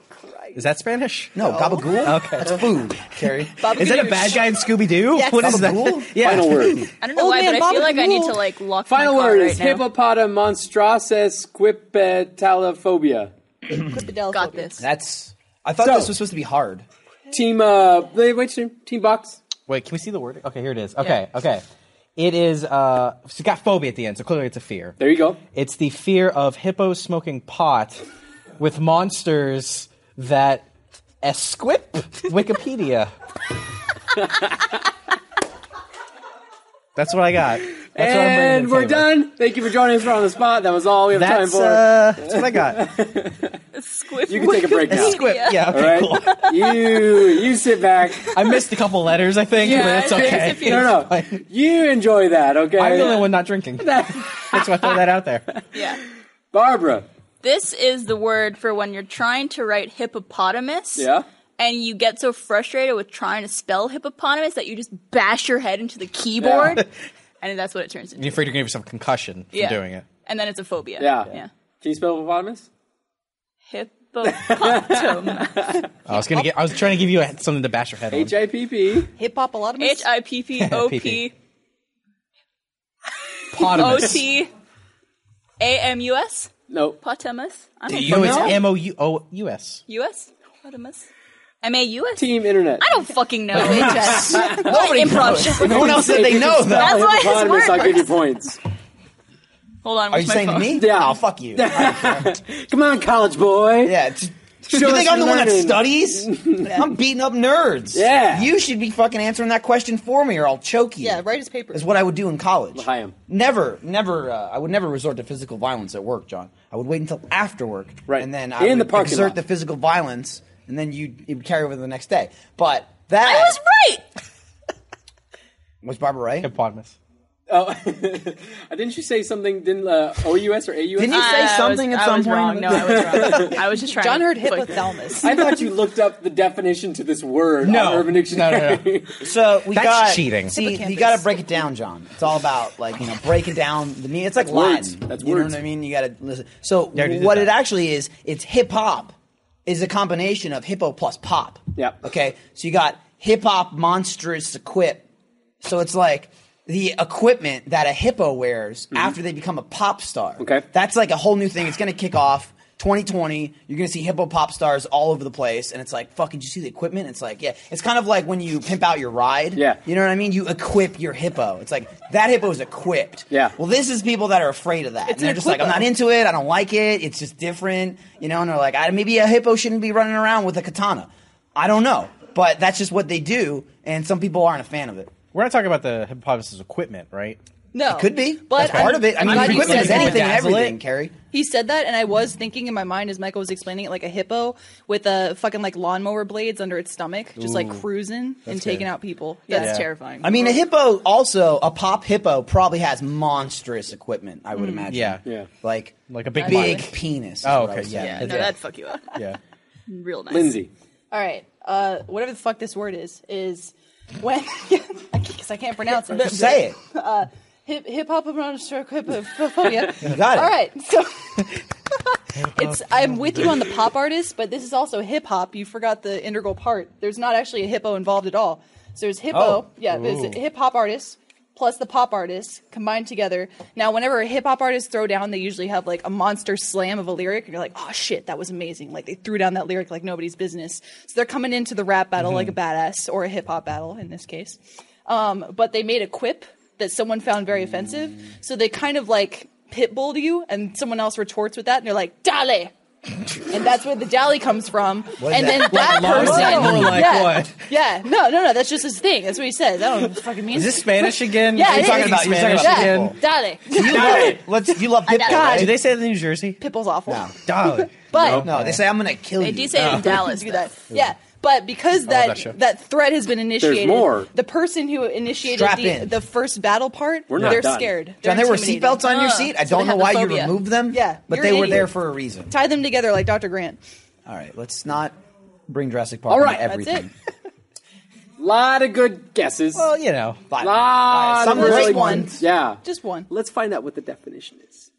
Speaker 4: Is that Spanish?
Speaker 2: No, gabagool.
Speaker 4: Okay.
Speaker 2: That's food, Carrie.
Speaker 4: Is that a bad guy in Scooby Doo?
Speaker 3: Yes.
Speaker 4: What is that?
Speaker 2: Gabagool?
Speaker 4: Yeah.
Speaker 1: Final word.
Speaker 5: I don't know
Speaker 3: Old
Speaker 5: why,
Speaker 3: man
Speaker 5: but I feel
Speaker 3: Bobby
Speaker 5: like I need
Speaker 3: Rule.
Speaker 5: to like lock
Speaker 1: Final
Speaker 5: my car
Speaker 1: word
Speaker 5: right
Speaker 1: is
Speaker 5: now.
Speaker 1: hippopotam monstraces quipetalophobia.
Speaker 3: Infidel
Speaker 5: Got
Speaker 3: phobia.
Speaker 5: this.
Speaker 2: That's. I thought
Speaker 1: So-
Speaker 2: this was supposed to be hard.
Speaker 1: Team, uh, wait, which team? Team Box?
Speaker 4: Wait, can we see the word? Okay, here it is. Okay, okay. It is. Uh, it's got phobia at the end, so clearly it's a fear.
Speaker 1: There you go.
Speaker 4: It's the fear of hippos smoking pot with monsters that esquip Wikipedia. That's what I got. That's what I'm bringing to
Speaker 1: and
Speaker 4: the
Speaker 1: we're
Speaker 4: table.
Speaker 1: done. Thank you for joining us for on the spot. That was all we have time
Speaker 4: That's,
Speaker 1: for.
Speaker 4: uh, that's what I got.
Speaker 5: Squib-
Speaker 1: you can take a break now.
Speaker 4: Esquip. Yeah.
Speaker 1: All
Speaker 4: Okay.
Speaker 1: right.
Speaker 4: Cool.
Speaker 1: you you sit back.
Speaker 4: I missed a couple letters, I think, but that's
Speaker 5: it's
Speaker 4: okay.
Speaker 5: confusing.
Speaker 1: No, no,
Speaker 4: Fine.
Speaker 1: you enjoy that. Okay.
Speaker 4: I'm the only one not drinking. That's why I throw that out there.
Speaker 5: yeah.
Speaker 1: Barbara.
Speaker 5: This is the word for when you're trying to write hippopotamus.
Speaker 1: Yeah.
Speaker 5: And you get so frustrated with trying to spell hippopotamus that you just bash your head into the keyboard, and that's what it turns into.
Speaker 4: You're afraid you're gonna give yourself a concussion from
Speaker 5: Yeah.
Speaker 4: doing it.
Speaker 5: And then it's a phobia.
Speaker 1: Yeah.
Speaker 5: Yeah.
Speaker 1: Can you spell hippopotamus?
Speaker 5: Hippopotamus.
Speaker 4: I was
Speaker 1: Oh.
Speaker 4: gonna get. I was trying to give you a, something to bash your head on.
Speaker 1: H I P P.
Speaker 3: Hip hop a lot of
Speaker 5: H I P P O P O
Speaker 4: Potamus.
Speaker 5: T A M U S.
Speaker 1: No.
Speaker 5: Potamus. I'm
Speaker 4: No, it's
Speaker 2: No.
Speaker 4: M O U O U S.
Speaker 5: U.S. Potamus. M A U S. I
Speaker 1: Team Internet.
Speaker 5: don't fucking know. Just improv. shit.
Speaker 2: No one else said they know though.
Speaker 5: That's why it's
Speaker 1: hippopotamus.
Speaker 5: word
Speaker 1: I'll give you points.
Speaker 5: Hold on.
Speaker 2: Are
Speaker 5: where's
Speaker 2: you
Speaker 5: my
Speaker 2: saying to
Speaker 5: phone?
Speaker 2: me?
Speaker 1: Yeah.
Speaker 2: Oh, fuck you.
Speaker 1: Come on, college boy.
Speaker 2: Yeah. Just,
Speaker 1: Show
Speaker 2: you
Speaker 1: us
Speaker 2: think I'm the one that
Speaker 1: learning.
Speaker 2: studies? I'm beating up nerds.
Speaker 1: Yeah.
Speaker 2: You should be fucking answering that question for me, or I'll choke you.
Speaker 3: Yeah, write his paper.
Speaker 2: Is what I would do in college.
Speaker 1: I am.
Speaker 2: Never, never. Uh, I would never resort to physical violence at work, John. I would wait until after work,
Speaker 1: Right.
Speaker 2: And then I
Speaker 1: In
Speaker 2: would
Speaker 1: the parking
Speaker 2: exert
Speaker 1: lot.
Speaker 2: the physical violence, and then you it would carry over to the next day. But that
Speaker 5: I was right.
Speaker 2: was Barbara right?
Speaker 4: Hippopotamus.
Speaker 1: Oh, didn't you say something? Didn't uh, O U S or A U
Speaker 2: Didn't you
Speaker 1: S?
Speaker 2: say
Speaker 5: I was-
Speaker 2: something at
Speaker 5: I
Speaker 2: some
Speaker 5: was
Speaker 2: point?
Speaker 5: Wrong. No, I was wrong. I was just trying.
Speaker 3: John
Speaker 5: to
Speaker 3: heard
Speaker 5: click.
Speaker 3: hypothalamus.
Speaker 1: I thought you looked up the definition to this word on
Speaker 4: No.
Speaker 1: Urban
Speaker 4: No, no, no.
Speaker 1: Dictionary.
Speaker 2: So we
Speaker 4: That's
Speaker 2: got
Speaker 4: cheating.
Speaker 2: See, you
Speaker 3: Hippocampus.
Speaker 2: got to break it down, John. It's all about like you know breaking down the meaning. It's like
Speaker 1: words.
Speaker 2: Latin.
Speaker 1: That's
Speaker 2: you
Speaker 1: words.
Speaker 2: know what I mean. You got to listen. So
Speaker 4: already did
Speaker 2: what
Speaker 4: that.
Speaker 2: it actually is, it's hip hop, is a combination of hippo plus pop.
Speaker 1: Yep.
Speaker 2: Okay. So you got hip hop monstrous equip. So it's like the equipment that a hippo wears after they become a pop star.
Speaker 1: Mm-hmm. Okay.
Speaker 2: That's like a whole new thing. It's going to kick off 2020. You're going to see hippo pop stars all over the place. And it's like, fucking, did you see the equipment? It's like, yeah. It's kind of like when you pimp out your ride.
Speaker 1: Yeah.
Speaker 2: You know what I mean? You equip your hippo. It's like, that hippo is equipped.
Speaker 1: Yeah.
Speaker 2: Well, this is people that are afraid of that.
Speaker 3: It's
Speaker 2: and they're
Speaker 3: an
Speaker 2: just like, I'm
Speaker 3: equipo.
Speaker 2: not into it. I don't like it. It's just different. You know, and they're like, I, maybe a hippo shouldn't be running around with a katana. I don't know. But that's just what they do. And some people aren't a fan of it.
Speaker 4: We're not talking about the hippopotamus's equipment, right?
Speaker 3: No,
Speaker 2: Could be.
Speaker 3: Oh. But
Speaker 2: That's part
Speaker 3: I'm-
Speaker 2: of it. I mean,
Speaker 3: I'm glad you
Speaker 2: equipment
Speaker 3: said
Speaker 2: is
Speaker 3: that.
Speaker 2: anything and
Speaker 4: Dazzle it.
Speaker 2: everything, Carrie.
Speaker 3: He said that, and I was thinking in my mind as Michael was explaining it, like a hippo with a fucking like lawnmower blades under its stomach, just like cruising and taking out people. yeah.
Speaker 5: That's terrifying.
Speaker 2: I mean, a hippo also, a pop hippo probably has monstrous equipment, I would imagine.
Speaker 4: Yeah.
Speaker 1: Yeah.
Speaker 2: Like,
Speaker 4: Like a big
Speaker 2: big
Speaker 4: body.
Speaker 2: penis. is
Speaker 4: Oh,
Speaker 2: what I
Speaker 4: okay,
Speaker 2: was
Speaker 4: yeah.
Speaker 5: yeah,
Speaker 2: thinking.
Speaker 5: no,
Speaker 4: Yeah.
Speaker 5: that'd fuck you up.
Speaker 4: Yeah.
Speaker 5: Real nice.
Speaker 1: Lindsay.
Speaker 3: All right, uh, whatever the fuck this word is is when because I can't pronounce it.
Speaker 2: Say it.
Speaker 3: Hip hip hop hippophobia.
Speaker 2: You got it.
Speaker 3: All right, so it's I'm with you on the pop artist, but this is also hip hop. You forgot the integral part. There's not actually a hippo involved at all. So there's hippo,
Speaker 2: Oh.
Speaker 3: yeah, there's hip hop artists plus the pop artists combined together. Now, whenever a hip hop artist throw down, they usually have like a monster slam of a lyric, and you're like, oh shit, that was amazing. Like they threw down that lyric like nobody's business. So they're coming into the rap
Speaker 2: Mm-hmm.
Speaker 3: battle like a badass or a hip hop battle in this case. Um, but they made a quip that someone found very offensive. So they kind of like pit bulled you, and someone else retorts with that, and they're like, Dale! and that's where the Dali comes from. And
Speaker 2: that?
Speaker 3: then that person,
Speaker 4: lawnmower? Like
Speaker 3: yeah,
Speaker 4: what?
Speaker 3: yeah, no, no, no, that's just his thing. That's what he says. I don't know what the fuck it means.
Speaker 4: Is this Spanish again?
Speaker 3: Yeah,
Speaker 4: Are you
Speaker 3: it
Speaker 4: talking
Speaker 3: is.
Speaker 4: about
Speaker 2: You're talking
Speaker 4: Spanish
Speaker 2: about
Speaker 3: yeah,
Speaker 4: again.
Speaker 3: Dale.
Speaker 2: Let's, you love hip hop.
Speaker 4: Do
Speaker 2: Right?
Speaker 4: they say it in New Jersey?
Speaker 3: Pitbull's awful.
Speaker 4: Dolly.
Speaker 3: But
Speaker 2: No, they say, I'm going to kill
Speaker 5: They
Speaker 2: you. Uh,
Speaker 5: do say it in Dallas.
Speaker 3: do
Speaker 5: though.
Speaker 3: that. Yeah. But because
Speaker 2: Oh,
Speaker 3: that
Speaker 4: that show.
Speaker 3: that, threat has been initiated,
Speaker 1: more.
Speaker 3: the person who initiated
Speaker 2: Strap
Speaker 3: the,
Speaker 2: in.
Speaker 3: the first battle part,
Speaker 1: We're not
Speaker 3: they're
Speaker 1: done.
Speaker 3: scared. They're
Speaker 2: John, there were
Speaker 3: intimidated.
Speaker 2: seatbelts on your
Speaker 5: Ah,
Speaker 2: seat. I
Speaker 5: so
Speaker 2: don't
Speaker 5: they
Speaker 2: know
Speaker 5: have
Speaker 2: why
Speaker 5: the
Speaker 2: you
Speaker 5: phobia.
Speaker 2: removed them.
Speaker 3: Yeah,
Speaker 2: But
Speaker 3: you're an
Speaker 2: they were
Speaker 3: idiot.
Speaker 2: there for a reason.
Speaker 3: Tie them together like Dr. Grant.
Speaker 2: All right, let's not bring Jurassic Park
Speaker 1: All
Speaker 2: into
Speaker 1: right, that's
Speaker 2: everything.
Speaker 1: Lot of good guesses.
Speaker 4: Well, you know.
Speaker 2: But-
Speaker 1: Lot
Speaker 2: some
Speaker 1: of
Speaker 2: great
Speaker 1: really-
Speaker 2: ones.
Speaker 1: Yeah.
Speaker 3: Just one.
Speaker 1: Let's find out what the definition is.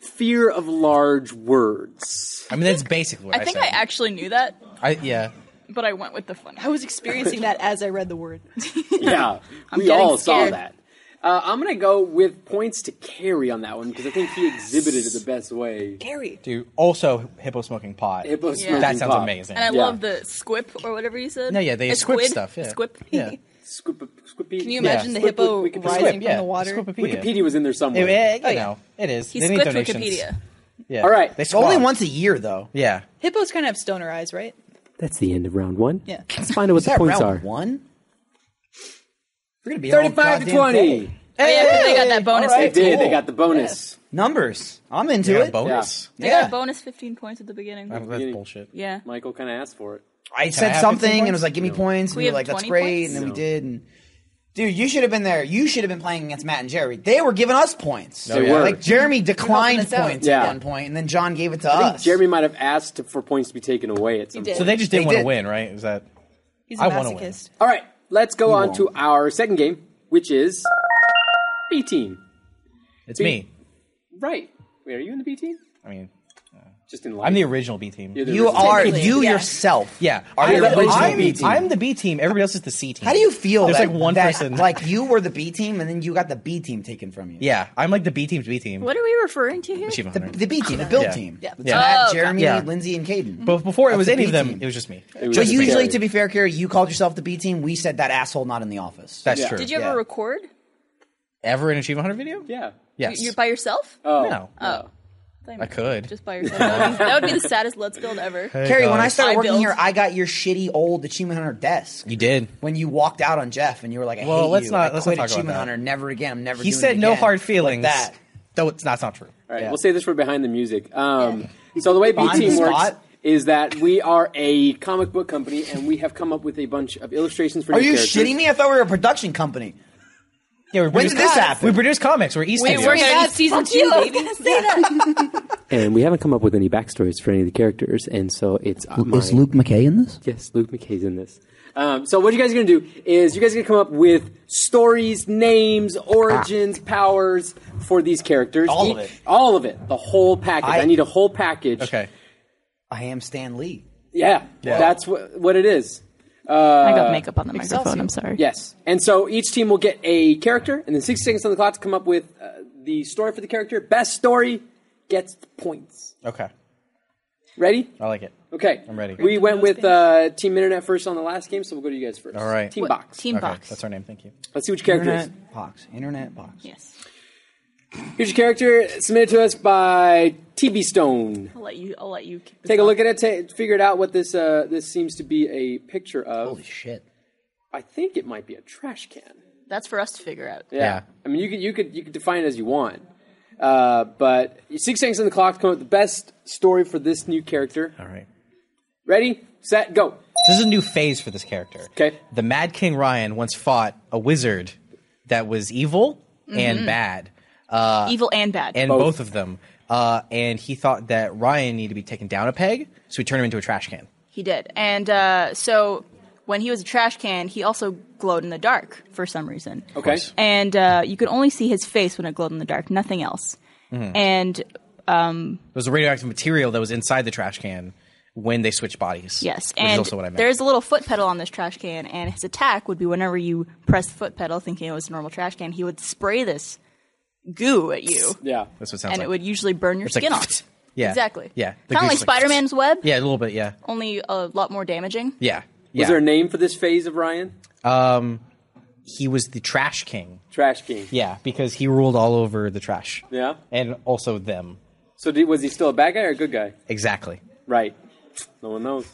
Speaker 1: Fear of large words.
Speaker 4: I mean, that's basically what I
Speaker 5: I think
Speaker 4: said.
Speaker 5: I actually knew that,
Speaker 4: I, yeah.
Speaker 5: but I went with the fun.
Speaker 3: I was experiencing that as I read the word.
Speaker 1: Yeah, we
Speaker 5: getting
Speaker 1: all saw
Speaker 5: scared.
Speaker 1: that. Uh, I'm gonna go with points to carry on that one because I think he exhibited it the best way.
Speaker 3: Gary.
Speaker 4: Dude, also hippo smoking pot.
Speaker 1: Hippo
Speaker 5: Yeah.
Speaker 1: smoking
Speaker 4: that sounds
Speaker 1: pot.
Speaker 4: amazing.
Speaker 5: And I
Speaker 1: Yeah.
Speaker 5: love the squip or whatever you said.
Speaker 4: no, yeah, they
Speaker 5: A
Speaker 4: squip
Speaker 5: squid?
Speaker 4: stuff. Yeah.
Speaker 5: Squip.
Speaker 4: Yeah.
Speaker 1: Squip, squippy.
Speaker 3: Can you
Speaker 4: Yeah.
Speaker 3: imagine the
Speaker 1: Squip-
Speaker 3: hippo
Speaker 1: Wikipedia.
Speaker 3: rising
Speaker 1: Squip,
Speaker 3: from
Speaker 4: yeah.
Speaker 3: the water?
Speaker 4: Squipopedia.
Speaker 1: Wikipedia was in there somewhere.
Speaker 4: It- it- you
Speaker 3: Oh, yeah.
Speaker 4: know, it is.
Speaker 5: He
Speaker 4: they need
Speaker 5: squipped
Speaker 4: donations.
Speaker 5: Wikipedia.
Speaker 4: Yeah.
Speaker 1: All right.
Speaker 4: They
Speaker 1: It's
Speaker 2: It's only
Speaker 4: squawk.
Speaker 2: once a year, though.
Speaker 4: Yeah.
Speaker 3: Hippos kind of have stoner eyes, right?
Speaker 7: That's the end of round one.
Speaker 3: Yeah.
Speaker 7: Let's find out what
Speaker 2: Is
Speaker 7: the
Speaker 2: that
Speaker 7: points
Speaker 2: round
Speaker 7: are.
Speaker 2: one? We're gonna be here all
Speaker 1: 35 to
Speaker 2: goddamn
Speaker 1: 20.
Speaker 2: day.
Speaker 5: Oh, yeah, 'cause they got that bonus.
Speaker 2: all
Speaker 1: They
Speaker 2: right.
Speaker 1: did. They
Speaker 2: Cool.
Speaker 1: got the bonus.
Speaker 2: Numbers. I'm into
Speaker 4: They got a
Speaker 2: it.
Speaker 4: bonus.
Speaker 5: They
Speaker 2: Yeah.
Speaker 5: got a bonus 15 points at the beginning.
Speaker 4: Oh, That's bullshit.
Speaker 5: yeah.
Speaker 1: Michael kind of asked for it.
Speaker 2: I
Speaker 4: I
Speaker 2: said
Speaker 4: have
Speaker 2: something
Speaker 4: 15
Speaker 2: and it
Speaker 4: points?
Speaker 2: was like, give me points.
Speaker 5: We
Speaker 2: and we
Speaker 5: have
Speaker 2: were like, that's
Speaker 5: 20
Speaker 2: great.
Speaker 5: points?
Speaker 2: And then we
Speaker 1: No.
Speaker 2: did. And Dude, you should have been there. You should have been playing against Matt and Jerry. They were giving us points.
Speaker 4: They yeah. were.
Speaker 2: Like Jeremy declined
Speaker 3: us out.
Speaker 2: points
Speaker 1: Yeah.
Speaker 2: at one point, and then John gave it to
Speaker 1: I think
Speaker 2: us.
Speaker 1: Jeremy might have asked to- for points to be taken away at some
Speaker 3: did.
Speaker 1: point.
Speaker 4: So they just didn't
Speaker 2: They
Speaker 4: want to
Speaker 2: did.
Speaker 4: win, right? Is that.
Speaker 3: He's a
Speaker 4: I wanna win.
Speaker 3: masochist.
Speaker 1: All right, let's go on
Speaker 2: won't.
Speaker 1: to our second game, which is B team.
Speaker 4: It's
Speaker 1: Be-
Speaker 4: me.
Speaker 1: Right. Wait, are you in the B team?
Speaker 4: I mean,
Speaker 1: Just in life.
Speaker 4: I'm the original B team.
Speaker 1: You're the
Speaker 2: you
Speaker 1: original.
Speaker 2: are
Speaker 3: Technically,
Speaker 2: you
Speaker 3: yeah.
Speaker 2: yourself.
Speaker 4: Yeah,
Speaker 2: Are you
Speaker 4: I'm,
Speaker 2: the original
Speaker 4: I'm-
Speaker 2: B team?
Speaker 4: I'm the B team. Everybody else is the C team.
Speaker 2: How do you feel?
Speaker 4: There's
Speaker 2: that-
Speaker 4: like one
Speaker 2: that,
Speaker 4: person.
Speaker 2: Like you were the B team, and then you got the B team taken from you.
Speaker 4: yeah, I'm like the B team's B team.
Speaker 5: What are we referring to here?
Speaker 4: Achievement
Speaker 2: The,
Speaker 4: Hunter.
Speaker 2: the B team, the build
Speaker 4: Yeah.
Speaker 2: team.
Speaker 3: Yeah.
Speaker 2: It's
Speaker 4: Yeah.
Speaker 2: Matt,
Speaker 5: Oh,
Speaker 2: Jeremy,
Speaker 4: gotcha.
Speaker 2: Lindsay, and Caden.
Speaker 4: But before it
Speaker 2: That's
Speaker 4: was
Speaker 2: the
Speaker 4: any
Speaker 2: B
Speaker 4: of them,
Speaker 2: team.
Speaker 4: it was just me.
Speaker 1: It was
Speaker 2: But
Speaker 1: just
Speaker 2: usually,
Speaker 1: Barry.
Speaker 2: to be fair, Carrie, you called yourself the B team. We said that asshole not in the office.
Speaker 4: That's
Speaker 1: Yeah.
Speaker 4: true.
Speaker 5: Did you ever
Speaker 2: Yeah.
Speaker 5: record?
Speaker 4: ever an Achievement Hunter video?
Speaker 1: Yeah.
Speaker 4: Yes.
Speaker 5: You're by yourself?
Speaker 1: Oh.
Speaker 4: no.
Speaker 5: Oh.
Speaker 4: I could.
Speaker 5: Just by yourself. That would be, that would be the saddest Let's Build ever.
Speaker 2: Carrie, when I
Speaker 4: guys.
Speaker 2: started
Speaker 5: I
Speaker 2: working
Speaker 5: built-
Speaker 2: here, I got your shitty old Achievement Hunter desk.
Speaker 4: you did.
Speaker 2: When you walked out on Jeff and you were like, I
Speaker 4: Well,
Speaker 2: hate
Speaker 4: let's
Speaker 2: you.
Speaker 4: not-
Speaker 2: I
Speaker 4: let's not
Speaker 2: quit
Speaker 4: talk about
Speaker 2: Achievement
Speaker 4: that.
Speaker 2: Hunter. Never again. I'm never
Speaker 4: He
Speaker 2: doing it
Speaker 4: said no
Speaker 2: again."
Speaker 4: hard
Speaker 2: Like
Speaker 4: feelings.
Speaker 2: that.
Speaker 4: Though it's that's not true.
Speaker 1: All right,
Speaker 2: Yeah.
Speaker 1: we'll say this for behind the music. Um, So the way B
Speaker 2: Behind
Speaker 1: Team
Speaker 2: the
Speaker 1: works
Speaker 2: spot?
Speaker 1: is that we are a comic book company and we have come up with a bunch of illustrations for
Speaker 2: Are
Speaker 1: new
Speaker 2: you
Speaker 1: characters.
Speaker 2: shitting me? I thought we were a production company.
Speaker 4: Yeah, we
Speaker 2: When
Speaker 4: produce
Speaker 2: did this
Speaker 4: comics.
Speaker 2: happen?
Speaker 4: We produce comics. We're East.
Speaker 5: Wait,
Speaker 4: Studios.
Speaker 5: we're gonna
Speaker 3: Bad
Speaker 5: do
Speaker 3: season
Speaker 5: fuck
Speaker 3: two,
Speaker 5: you, I was
Speaker 3: baby.
Speaker 5: gonna say that.
Speaker 7: And we haven't come up with any backstories for any of the characters, and so it's uh, my-
Speaker 2: McKay in this?
Speaker 7: Yes, Luke McKay's in this.
Speaker 1: Um, so what you guys are going to do is you guys are going to come up with stories, names, origins,
Speaker 4: Ah.
Speaker 1: powers for these characters.
Speaker 2: All of it.
Speaker 1: All of it. The whole package. I,
Speaker 2: I-
Speaker 1: need a whole package.
Speaker 4: Okay.
Speaker 2: I am Stan Lee.
Speaker 1: Yeah.
Speaker 4: Yeah.
Speaker 1: That's what what it is.
Speaker 5: I
Speaker 4: Uh,
Speaker 5: got makeup on the microphone.
Speaker 3: Excelsior.
Speaker 5: I'm sorry.
Speaker 1: Yes. And so each team will get a character, and then 60 seconds on the clock to come up with uh, the story for the character. Best story gets points.
Speaker 4: Okay.
Speaker 1: Ready?
Speaker 4: I like it.
Speaker 1: Okay.
Speaker 4: I'm ready.
Speaker 1: We went with uh, Team Internet first on the last game, so we'll go to you guys first.
Speaker 4: All right.
Speaker 1: Team
Speaker 5: What-
Speaker 1: Box.
Speaker 5: Team
Speaker 4: okay.
Speaker 5: box.
Speaker 4: That's our name. Thank you.
Speaker 1: Let's see what your character is.
Speaker 2: Internet box. Internet box.
Speaker 5: Yes.
Speaker 1: Here's your character submitted to us by TB Stone.
Speaker 5: I'll let you. I'll let you keep this
Speaker 1: Take a
Speaker 5: up.
Speaker 1: look at it. ta figure it out what this uh, this seems to be a picture of.
Speaker 2: Holy shit.
Speaker 1: I think it might be a trash can.
Speaker 5: That's for us to figure out.
Speaker 1: Yeah. I mean, you could you could you could define it as you want. Uh, but six seconds on the clock to come up with the best story for this new character.
Speaker 4: All right.
Speaker 1: Ready, set, go.
Speaker 4: This is a new phase for this character.
Speaker 1: Okay.
Speaker 4: The Mad King Ryan once fought a wizard that was evil
Speaker 5: Mm-hmm.
Speaker 4: and bad,
Speaker 5: Evil and bad.
Speaker 4: and
Speaker 1: Both.
Speaker 4: both, of them. Uh, and he thought that Ryan needed to be taken down a peg, so he turned him into a trash can.
Speaker 5: he did. And uh, so when he was a trash can, he also glowed in the dark for some reason.
Speaker 1: Okay.
Speaker 5: And uh, you could only see his face when it glowed in the dark, nothing else.
Speaker 4: Mm-hmm.
Speaker 5: And
Speaker 4: It was a radioactive material that was inside the trash can when they switched bodies.
Speaker 5: yes,
Speaker 4: which
Speaker 5: and
Speaker 4: is also what I meant.
Speaker 5: there is a little foot pedal on this trash can, and his attack would be whenever you press the foot pedal, thinking it was a normal trash can, he would spray this goo at you,
Speaker 1: Yeah.
Speaker 4: That's what it sounds
Speaker 5: and
Speaker 4: like.
Speaker 5: it would usually burn your
Speaker 4: It's like,
Speaker 5: skin off.
Speaker 4: yeah,
Speaker 5: Exactly.
Speaker 4: yeah. The
Speaker 5: Kind of like Oh.
Speaker 4: goose, like,
Speaker 5: Spider Man's web,
Speaker 4: Yeah, a little bit. Yeah,
Speaker 5: only uh, a lot more damaging.
Speaker 4: yeah. yeah.
Speaker 1: Was there a name for this phase of Ryan?
Speaker 4: he was the trash king.
Speaker 1: Trash King.
Speaker 4: Yeah, because he ruled all over the trash.
Speaker 1: Yeah.
Speaker 4: and also them.
Speaker 1: So did, was he still a bad guy or a good guy?
Speaker 4: Exactly.
Speaker 1: Right. No one knows.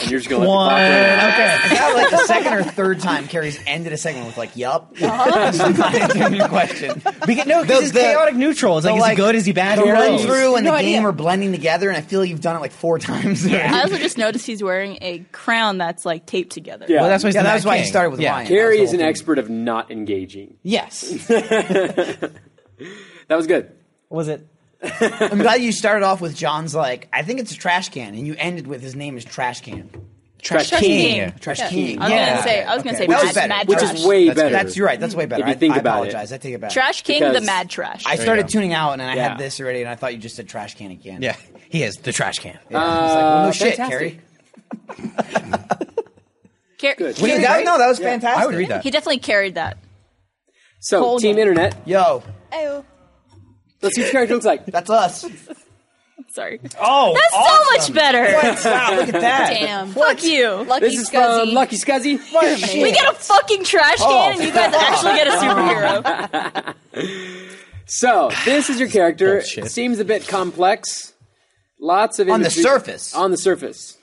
Speaker 1: And you're just gonna let the clock
Speaker 2: Okay. Is that like the second or third time Carrie's ended a segment with like, yup? That's not answering your question.
Speaker 4: We get no
Speaker 2: The-
Speaker 4: because he's
Speaker 2: the-
Speaker 4: chaotic neutral. It's like, is he good? Is he bad?
Speaker 2: The
Speaker 4: Who
Speaker 2: run
Speaker 4: knows?
Speaker 2: through and
Speaker 3: No
Speaker 2: the
Speaker 3: idea.
Speaker 2: game are blending together, and I feel you've done it like four times.
Speaker 5: I
Speaker 2: Yeah,
Speaker 5: also just noticed he's wearing a crown that's like taped together.
Speaker 1: Yeah.
Speaker 4: Well, that's why. He's the
Speaker 2: that was
Speaker 4: Mad
Speaker 2: why
Speaker 4: king.
Speaker 2: he started with
Speaker 4: yeah.
Speaker 2: Ryan.
Speaker 1: Carrie
Speaker 2: That was
Speaker 1: is
Speaker 2: the
Speaker 1: an
Speaker 2: whole thing.
Speaker 1: expert of not engaging.
Speaker 4: Yes.
Speaker 1: That was good.
Speaker 4: was it?
Speaker 2: I'm glad you started off with John's like, I think it's a trash can, and you ended with his name is Trash Can.
Speaker 1: Trash,
Speaker 5: King.
Speaker 2: Trash
Speaker 3: Yeah.
Speaker 2: King.
Speaker 5: I was
Speaker 4: Yeah.
Speaker 5: gonna say I was gonna say
Speaker 2: That was
Speaker 5: mad,
Speaker 2: better.
Speaker 5: mad
Speaker 1: Which
Speaker 5: trash.
Speaker 1: is way
Speaker 4: That's
Speaker 1: better.
Speaker 4: good.
Speaker 2: That's you're right. That's way better.
Speaker 1: If you
Speaker 2: I,
Speaker 1: think
Speaker 2: I
Speaker 1: about it.
Speaker 2: apologize. I take it back.
Speaker 5: Trash King,
Speaker 1: Because-
Speaker 5: the mad trash.
Speaker 2: I
Speaker 4: you
Speaker 2: started
Speaker 4: go.
Speaker 2: tuning out, and I
Speaker 1: Yeah.
Speaker 2: had this already, and I thought you just said Trash Can again.
Speaker 4: Yeah, he is the trash can.
Speaker 2: Yeah. I was like, well, no shit,
Speaker 1: fantastic.
Speaker 2: Carrie.
Speaker 5: Car-
Speaker 1: Good.
Speaker 5: Carrie-
Speaker 2: Dude, that, no, that was fantastic.
Speaker 4: I would read that.
Speaker 5: he definitely carried that.
Speaker 1: So
Speaker 5: Hold
Speaker 1: Team
Speaker 5: on.
Speaker 1: Internet.
Speaker 2: Yo,
Speaker 5: Oh,
Speaker 1: Let's see what your character looks like.
Speaker 2: that's us.
Speaker 5: sorry.
Speaker 2: Oh,
Speaker 5: That's so much better.
Speaker 2: Wow, look at that.
Speaker 3: Damn.
Speaker 5: Fuck you.
Speaker 3: Lucky
Speaker 1: This is from Lucky Scuzzy.
Speaker 5: We get a fucking trash can, and you guys actually get a superhero.
Speaker 1: So this is your character.
Speaker 4: Bullshit.
Speaker 1: Seems a bit complex. Lots of
Speaker 2: On the
Speaker 1: imagery-
Speaker 2: surface.
Speaker 1: On the surface.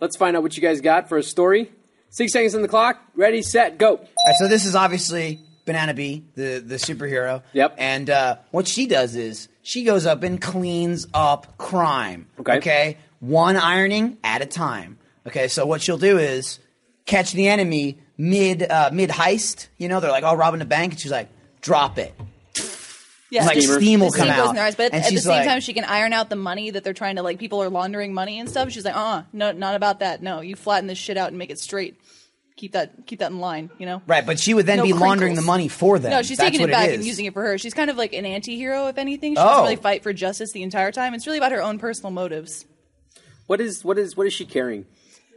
Speaker 1: Let's find out what you guys got for a story. Six seconds on the clock. Ready, set, go.
Speaker 2: All right, so this is obviously Banana Bee, the, the superhero.
Speaker 1: Yep.
Speaker 2: And uh, what she does is she goes up and cleans up crime.
Speaker 1: Okay.
Speaker 2: Okay. One ironing at a time. Okay. So what she'll do is catch the enemy mid uh, mid heist. You know, they're like all robbing the bank, and she's like, "Drop it."
Speaker 3: Yeah.
Speaker 2: Like
Speaker 1: Steamer.
Speaker 2: steam will
Speaker 3: the
Speaker 2: come
Speaker 3: steam
Speaker 2: out.
Speaker 3: goes in their eyes, but
Speaker 2: and
Speaker 3: at the
Speaker 2: she's
Speaker 3: same
Speaker 2: like-
Speaker 3: time, she can iron out the money that they're trying to like. People are laundering money and stuff. She's like, uh, uh no, not about that. No, you flatten this shit out and make it straight. Keep that, keep that in line. You know,
Speaker 2: right, but she would then
Speaker 3: No
Speaker 2: be laundering
Speaker 3: crinkles.
Speaker 2: the money for them.
Speaker 3: No, she's
Speaker 2: That's
Speaker 3: taking
Speaker 2: what
Speaker 3: it back
Speaker 2: is.
Speaker 3: and using it for her. She's kind of like an anti-hero, if anything. She
Speaker 2: Oh.
Speaker 3: doesn't really fight for justice the entire time. It's really about her own personal motives.
Speaker 1: What is what is what is she carrying?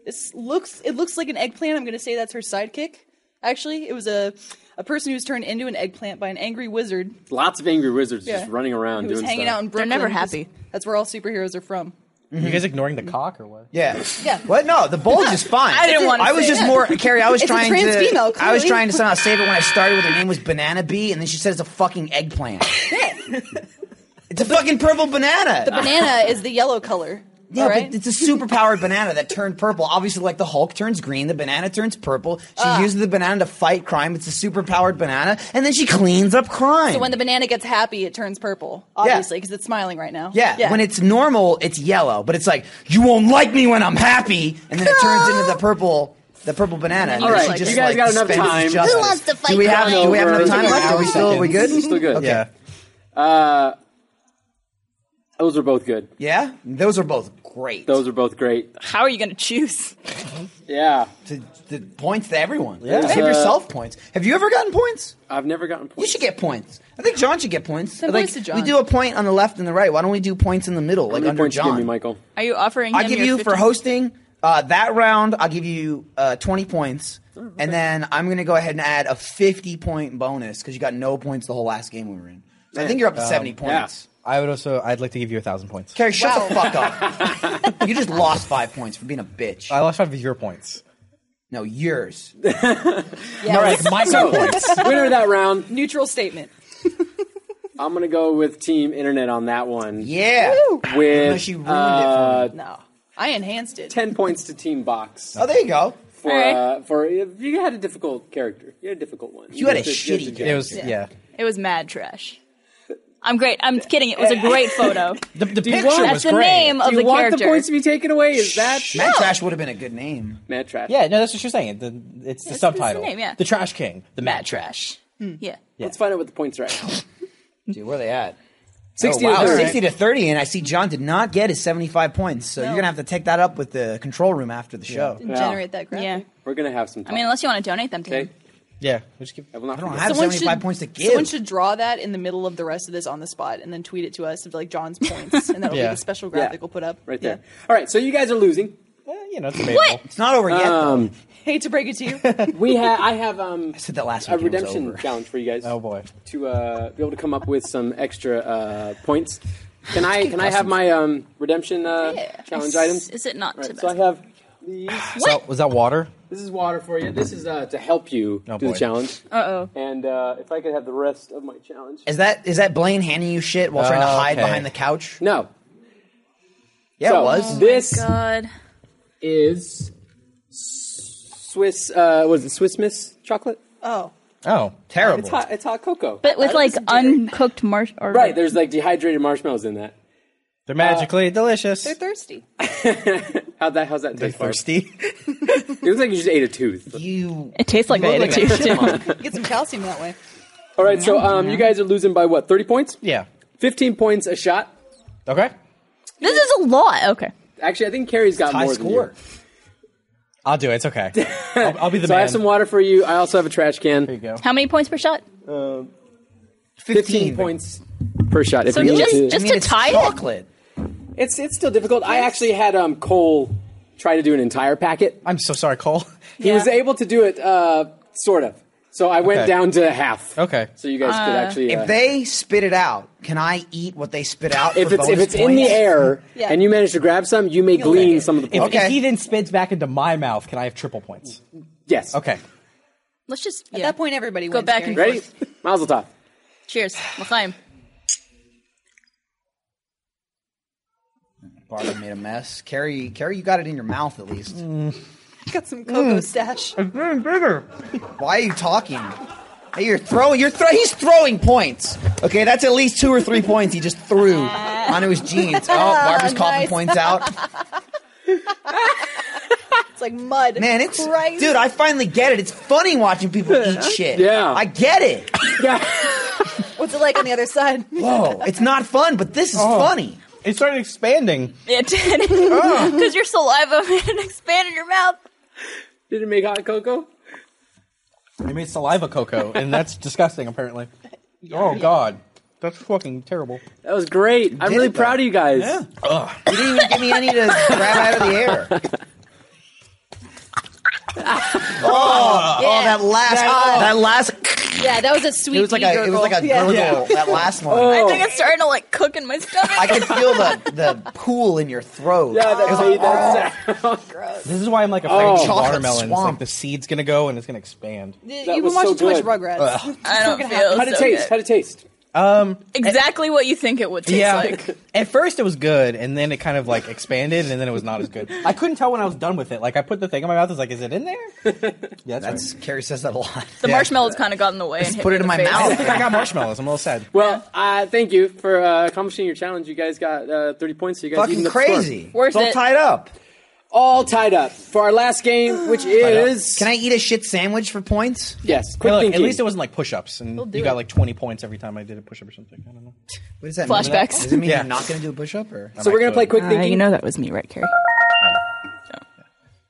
Speaker 3: This looks it looks like an eggplant. I'm going to say that's her sidekick. Actually, it was a a person who was turned into an eggplant by an angry wizard.
Speaker 1: Lots of angry wizards just
Speaker 3: Yeah.
Speaker 1: running around
Speaker 3: who was
Speaker 1: doing
Speaker 3: hanging
Speaker 1: stuff.
Speaker 3: out in
Speaker 5: They're
Speaker 3: Brooklyn.
Speaker 5: never
Speaker 3: because
Speaker 5: happy.
Speaker 3: That's where all superheroes are from.
Speaker 4: You guys ignoring the cock or what?
Speaker 2: Yeah.
Speaker 3: Yeah.
Speaker 2: What? No, the bulge is fine.
Speaker 5: I didn't wanna
Speaker 2: I was
Speaker 5: say
Speaker 2: just
Speaker 5: it.
Speaker 2: more Carrie. I was
Speaker 3: It's a
Speaker 2: trying
Speaker 3: trans
Speaker 2: to.
Speaker 3: female,
Speaker 2: I was
Speaker 3: clearly.
Speaker 2: trying to somehow save it when I started with her name was Banana Bee, and then she says it's a fucking eggplant. it's a fucking purple banana.
Speaker 3: The banana is the yellow color.
Speaker 2: yeah,
Speaker 3: all right?
Speaker 2: but it's a superpowered banana that turned purple. Obviously, like the Hulk turns green, the banana turns purple. She
Speaker 3: Ah.
Speaker 2: uses the banana to fight crime. It's a superpowered banana, and then she cleans up crime.
Speaker 3: so when the banana gets happy, it turns purple, obviously, because it's smiling right now.
Speaker 2: Yeah, when it's normal, it's yellow, but it's like you won't like me when I'm happy, and then it turns into the purple, the purple banana.
Speaker 5: All
Speaker 2: and
Speaker 5: right,
Speaker 2: she just
Speaker 5: you
Speaker 1: guys
Speaker 2: like,
Speaker 1: got enough
Speaker 2: dispenses
Speaker 1: time. Who
Speaker 2: justice.
Speaker 5: wants to fight
Speaker 2: Do we have?
Speaker 5: crime?
Speaker 2: Do we have enough
Speaker 1: Over
Speaker 2: time
Speaker 1: an
Speaker 2: left? Are we
Speaker 1: hour
Speaker 2: still?
Speaker 1: and
Speaker 2: we good?
Speaker 1: seconds. Still good. Uh,
Speaker 2: Okay.
Speaker 4: Yeah.
Speaker 1: Those were both good.
Speaker 2: Yeah, those are both great.
Speaker 1: Those are both great.
Speaker 5: How are you gonna choose?
Speaker 1: Yeah.
Speaker 2: the, the points to everyone.
Speaker 1: Yeah. Uh,
Speaker 2: Save yourself points. Have you ever gotten points?
Speaker 1: I've never gotten points.
Speaker 2: You should get points. I think John should get points.
Speaker 3: Send
Speaker 2: like,
Speaker 3: points to John.
Speaker 2: We do a point on the left and the right. Why don't we do points in the middle,
Speaker 1: How
Speaker 2: like
Speaker 1: many
Speaker 2: under
Speaker 1: points you
Speaker 2: John?
Speaker 1: give me, Michael?
Speaker 5: Are you offering?
Speaker 2: I'll
Speaker 5: him
Speaker 2: give
Speaker 5: your
Speaker 2: you
Speaker 5: 50
Speaker 2: for hosting uh, that round. I'll give you uh, twenty points, and then I'm going to go ahead and add a fifty point bonus because you got no points the whole last game we were in. So I think you're up to
Speaker 1: um,
Speaker 2: seventy points.
Speaker 4: I would also. I'd like to give you a thousand points.
Speaker 2: Carrie, shut the fuck up. you just lost five points for being a bitch.
Speaker 1: Uh,
Speaker 4: I lost five of your points.
Speaker 2: no, yours.
Speaker 4: All right, micro points.
Speaker 1: Winner of that round.
Speaker 3: Neutral statement.
Speaker 1: I'm gonna go with Team Internet on that one.
Speaker 2: Yeah.
Speaker 1: With
Speaker 2: Unless you ruined
Speaker 1: uh,
Speaker 2: it for me.
Speaker 3: No, I enhanced it.
Speaker 1: ten points to Team Box.
Speaker 2: Oh, there you go.
Speaker 1: for
Speaker 5: All right.
Speaker 1: uh, for if you had a difficult character. You had a difficult one.
Speaker 2: You had a
Speaker 1: have to-
Speaker 2: shitty
Speaker 1: have to
Speaker 2: character.
Speaker 4: It was yeah.
Speaker 5: It was mad trash. I'm great. I'm kidding. It was a great photo.
Speaker 4: The, the
Speaker 1: you
Speaker 4: picture
Speaker 1: want-
Speaker 4: was
Speaker 5: That's the
Speaker 4: great.
Speaker 5: name of
Speaker 1: Do you
Speaker 5: the
Speaker 1: want
Speaker 5: character.
Speaker 1: the points to be taken away? Is that
Speaker 2: Matt Trash would have been a good name.
Speaker 1: Matt Trash?
Speaker 4: Yeah, no, that's what you're saying. The, it's the
Speaker 5: it's the
Speaker 4: subtitle.
Speaker 5: name, yeah.
Speaker 4: The Trash King, the Mad Trash.
Speaker 5: yeah.
Speaker 1: Let's find out what the points are. At.
Speaker 2: Dude, where are they at?
Speaker 1: 60
Speaker 2: oh, wow,
Speaker 1: to 30.
Speaker 2: 60 to 30, and I see John did not get his 75 points, so you're going to have to take that up with the control room after the show.
Speaker 3: and generate that graphic.
Speaker 5: Yeah.
Speaker 1: We're gonna have some. Time.
Speaker 5: I mean, unless you want to donate them to
Speaker 1: Oh. okay.
Speaker 5: him.
Speaker 4: Yeah, we just keep.
Speaker 1: I
Speaker 4: uh,
Speaker 1: will not.
Speaker 2: I don't
Speaker 1: forget.
Speaker 2: have
Speaker 3: Someone
Speaker 2: 75
Speaker 3: should-
Speaker 2: points to give.
Speaker 3: Someone should draw that in the middle of the rest of this on the spot and then tweet it to us of like John's points and that'll
Speaker 4: Yeah.
Speaker 3: be the special graphic we'll put up.
Speaker 1: right there.
Speaker 3: Yeah.
Speaker 1: All right, so you guys are losing.
Speaker 4: Eh, you know, it's debatable.
Speaker 2: It's not over yet. though.
Speaker 1: Um,
Speaker 3: Hate to break it to you.
Speaker 1: we have. I have um,
Speaker 2: I said that last
Speaker 1: a
Speaker 2: week. and it was
Speaker 1: redemption
Speaker 2: over.
Speaker 1: challenge for you guys.
Speaker 4: Oh boy.
Speaker 1: To uh, be able to come up with some extra uh, points. Can I can I have my um, redemption uh, challenge
Speaker 5: Is-
Speaker 1: items?
Speaker 5: Is it not
Speaker 1: All
Speaker 5: too
Speaker 1: right,
Speaker 5: bad?
Speaker 1: so I have these.
Speaker 4: Was that, was that water?
Speaker 1: This is water for you. This is uh, to help you
Speaker 4: Oh,
Speaker 1: do
Speaker 4: boy.
Speaker 1: the challenge.
Speaker 5: Uh-oh.
Speaker 1: And uh, if I could have the rest of my challenge.
Speaker 2: Is that is that Blaine handing you shit while trying to hide
Speaker 4: Okay.
Speaker 2: behind the couch?
Speaker 1: No.
Speaker 2: Yeah,
Speaker 1: so
Speaker 2: it was.
Speaker 1: This
Speaker 5: Oh God.
Speaker 1: is Swiss. Uh, was it Swiss Miss chocolate?
Speaker 3: oh.
Speaker 4: Oh,
Speaker 2: Terrible.
Speaker 1: It's hot. It's hot cocoa.
Speaker 5: But with
Speaker 1: Right?
Speaker 5: like uncooked marsh or
Speaker 1: right. There's like dehydrated marshmallows in that.
Speaker 4: they're magically delicious.
Speaker 3: They're thirsty.
Speaker 1: How that? How's that
Speaker 4: They're
Speaker 1: taste? Mark?
Speaker 4: thirsty.
Speaker 1: It looks like you just ate a tooth.
Speaker 2: You
Speaker 5: It tastes like I ate
Speaker 2: look
Speaker 5: it
Speaker 2: like a
Speaker 5: too.
Speaker 2: chipmunk.
Speaker 3: Get some calcium that way.
Speaker 1: All right. So um, you guys are losing by what? Thirty points.
Speaker 4: yeah.
Speaker 1: Fifteen points a shot.
Speaker 4: Okay.
Speaker 5: This is a lot. Okay.
Speaker 1: Actually, I think Carrie's got
Speaker 2: High
Speaker 1: more than you.
Speaker 2: score.
Speaker 4: I'll do it. It's okay. I'll, I'll be the
Speaker 1: So I
Speaker 4: man.
Speaker 1: have some water for you. I also have a trash can.
Speaker 4: There you go.
Speaker 5: How many points per shot?
Speaker 1: 15 points per shot. If
Speaker 5: So
Speaker 1: you need
Speaker 5: just-
Speaker 1: to-
Speaker 5: just-
Speaker 2: I mean,
Speaker 5: to
Speaker 2: it's
Speaker 5: tie it?
Speaker 2: chocolate.
Speaker 1: it's it's still difficult. I actually had um, Cole try to do an entire packet.
Speaker 4: I'm so sorry, Cole.
Speaker 1: He was able to do it, uh, sort of. So I went
Speaker 4: Okay.
Speaker 1: down to half.
Speaker 4: Okay.
Speaker 1: So you guys could actually. Uh,
Speaker 2: If they spit it out, can I eat what they spit out?
Speaker 1: if
Speaker 2: for
Speaker 1: it's if
Speaker 2: bonus
Speaker 1: it's in the
Speaker 2: points?
Speaker 1: air
Speaker 3: Yeah.
Speaker 1: and you manage to grab some, you may glean some of the
Speaker 4: If,
Speaker 1: points.
Speaker 2: Okay.
Speaker 4: if he then spits back into my mouth, can I have triple points?
Speaker 1: Yes.
Speaker 4: Okay.
Speaker 5: Let's just
Speaker 3: At
Speaker 5: yeah.
Speaker 3: that point everybody
Speaker 5: Go
Speaker 3: wins,
Speaker 5: back
Speaker 3: Gary.
Speaker 5: and-
Speaker 1: Ready? Mazel tov.
Speaker 5: Cheers. L'chaim.
Speaker 2: Barbara made a mess. Carrie, Carrie, you got it in your mouth at least.
Speaker 3: Got some
Speaker 2: Mm.
Speaker 3: cocoa stash.
Speaker 2: Why are you talking? Hey, you're throwing. You're throw. He's throwing points. Okay, that's at least two or three points he just threw onto his jeans. Oh, Barbara's coughing
Speaker 3: Nice.
Speaker 2: points out.
Speaker 3: It's like mud.
Speaker 2: Man, it's
Speaker 3: Christ.
Speaker 2: dude. I finally get it. It's funny watching people eat shit.
Speaker 1: Yeah.
Speaker 2: I get it.
Speaker 3: What's it like on the other side?
Speaker 2: Whoa, Oh, it's not fun, but this is funny.
Speaker 4: It started expanding.
Speaker 5: It did.
Speaker 1: Oh.
Speaker 5: Because your saliva made it expand in your mouth.
Speaker 1: Did it make hot cocoa?
Speaker 4: I made saliva cocoa, and that's disgusting, apparently. Oh, God. That's fucking terrible.
Speaker 1: That was great. I'm
Speaker 2: did
Speaker 1: really
Speaker 2: it, though.
Speaker 1: proud of you guys.
Speaker 2: You didn't even give me any to grab out of the air. Oh, oh, that last, that last.
Speaker 3: Yeah, that was a sweet
Speaker 2: It was like
Speaker 3: pea
Speaker 2: a, it was
Speaker 3: gurgle.
Speaker 2: like a
Speaker 3: Yeah.
Speaker 2: gurgle. That last one.
Speaker 5: I think it's starting to like cook in my stomach.
Speaker 2: I could feel the the pool in your throat.
Speaker 1: Yeah, that made that sound.
Speaker 4: This is why I'm like afraid of
Speaker 2: Chocolate
Speaker 4: Oh. watermelons.
Speaker 2: swamp.
Speaker 4: Like the seed's gonna go and it's gonna expand.
Speaker 1: That
Speaker 3: You've
Speaker 1: was
Speaker 3: been
Speaker 1: so
Speaker 3: watching too much
Speaker 1: good.
Speaker 3: Rugrats.
Speaker 5: I don't feel
Speaker 1: How'd it
Speaker 5: so
Speaker 1: taste?
Speaker 5: good.
Speaker 1: How'd it taste?
Speaker 5: Exactly what you think it would taste like.
Speaker 4: At first it was good, and then it kind of like expanded, and then it was not as good. I couldn't tell when I was done with it. Like I put the thing in my mouth. I was like, "Is it in there?" Yeah, that's,
Speaker 2: That's Carrie says that a lot.
Speaker 5: The
Speaker 4: Yeah.
Speaker 5: marshmallows kind of got in the way. and hit
Speaker 2: Put
Speaker 5: me
Speaker 2: it in
Speaker 5: the
Speaker 2: my
Speaker 5: face.
Speaker 4: right.
Speaker 2: mouth.
Speaker 4: I got marshmallows. I'm a little sad.
Speaker 1: Well, uh, thank you for uh, accomplishing your challenge. You guys got uh, 30 points. So you guys
Speaker 2: Fucking
Speaker 1: even the
Speaker 2: crazy.
Speaker 5: Worth
Speaker 2: it's all
Speaker 5: it.
Speaker 2: tied up.
Speaker 1: Score. All tied up for our last game, which is
Speaker 2: Can I eat a shit sandwich for points?
Speaker 1: yes.
Speaker 4: Hey,
Speaker 1: Quick
Speaker 4: look, at
Speaker 1: thinking.
Speaker 4: least it wasn't like push-ups, and you got like 20 points every time I did a push-up or something. I don't know.
Speaker 2: What does that mean?
Speaker 5: Flashbacks.
Speaker 2: Does it mean
Speaker 4: Yeah.
Speaker 2: you're not going to do a push up or?
Speaker 1: so we're gonna play quick
Speaker 5: Uh,
Speaker 1: thinking.
Speaker 5: you know that was me, right, Carrie?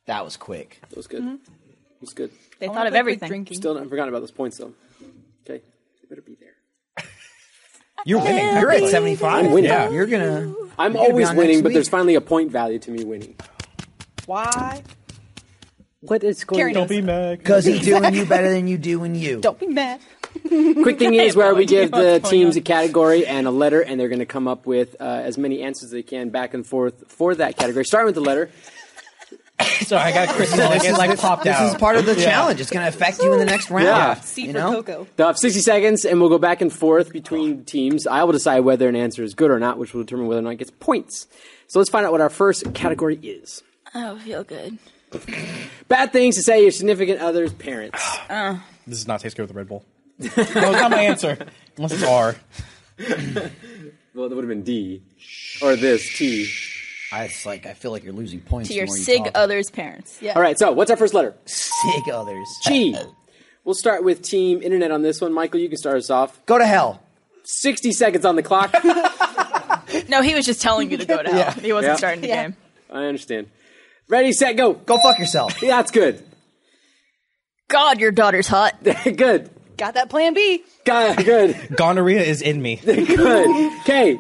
Speaker 2: That was quick.
Speaker 1: That was good. It was good.
Speaker 5: They
Speaker 3: I
Speaker 5: thought
Speaker 3: wanna
Speaker 5: of
Speaker 3: play
Speaker 5: everything.
Speaker 3: quick Drinking.
Speaker 1: Still, I forgot about those points though. Okay, they better be there.
Speaker 4: You're winning.
Speaker 2: You're at
Speaker 4: technically.
Speaker 2: 75.
Speaker 1: I'm winning.
Speaker 4: Yeah.
Speaker 2: You're gonna.
Speaker 1: I'm
Speaker 2: gonna be
Speaker 1: always
Speaker 2: on next
Speaker 1: winning, but
Speaker 2: week.
Speaker 1: there's finally a point value to me winning.
Speaker 3: Why?
Speaker 1: What is going?
Speaker 3: Carrie
Speaker 4: Don't be mad.
Speaker 2: Because he's doing you better than you do when you.
Speaker 3: Don't be mad.
Speaker 1: Quick thing is where we give
Speaker 5: idea
Speaker 1: the
Speaker 5: what's going
Speaker 1: teams
Speaker 5: on.
Speaker 1: a category and a letter, and they're going to come up with uh, as many answers as they can back and forth for that category. Starting with the letter.
Speaker 4: Sorry, I got Chris. Like, it like popped
Speaker 2: This
Speaker 4: out.
Speaker 2: is part of the challenge. It's gonna affect you in the next round.
Speaker 1: Yeah.
Speaker 3: C
Speaker 2: You
Speaker 3: for
Speaker 2: know?
Speaker 3: cocoa.
Speaker 1: They'll have 60 seconds, and we'll go back and forth between teams. I will decide whether an answer is good or not, which will determine whether or not it gets points. So let's find out what our first category is.
Speaker 5: Oh, feel good.
Speaker 1: Bad things to say to your significant other's parents.
Speaker 4: This does not taste good with the Red Bull. no, it's not my answer. Unless it's R.
Speaker 1: Well, that would have been D. Or this, T.
Speaker 2: I, it's like I feel like you're losing points.
Speaker 5: to
Speaker 2: the
Speaker 5: your
Speaker 2: more you
Speaker 5: sig
Speaker 2: talk.
Speaker 5: other's parents.
Speaker 3: Yeah.
Speaker 1: All right, so what's our first letter?
Speaker 2: sig others.
Speaker 1: T. We'll start with Team Internet on this one. Michael, you can start us off.
Speaker 2: Go to hell.
Speaker 1: 60 seconds on the clock.
Speaker 5: No, he was just telling you to go to hell. He wasn't
Speaker 1: Yeah.
Speaker 5: starting the
Speaker 3: Yeah.
Speaker 5: game.
Speaker 1: I understand. Ready, set, go.
Speaker 2: Go fuck yourself.
Speaker 1: Yeah, that's good.
Speaker 5: God, your daughter's hot.
Speaker 1: good.
Speaker 3: Got that plan B.
Speaker 1: God, good.
Speaker 4: Gonorrhea is in me.
Speaker 1: Good. K.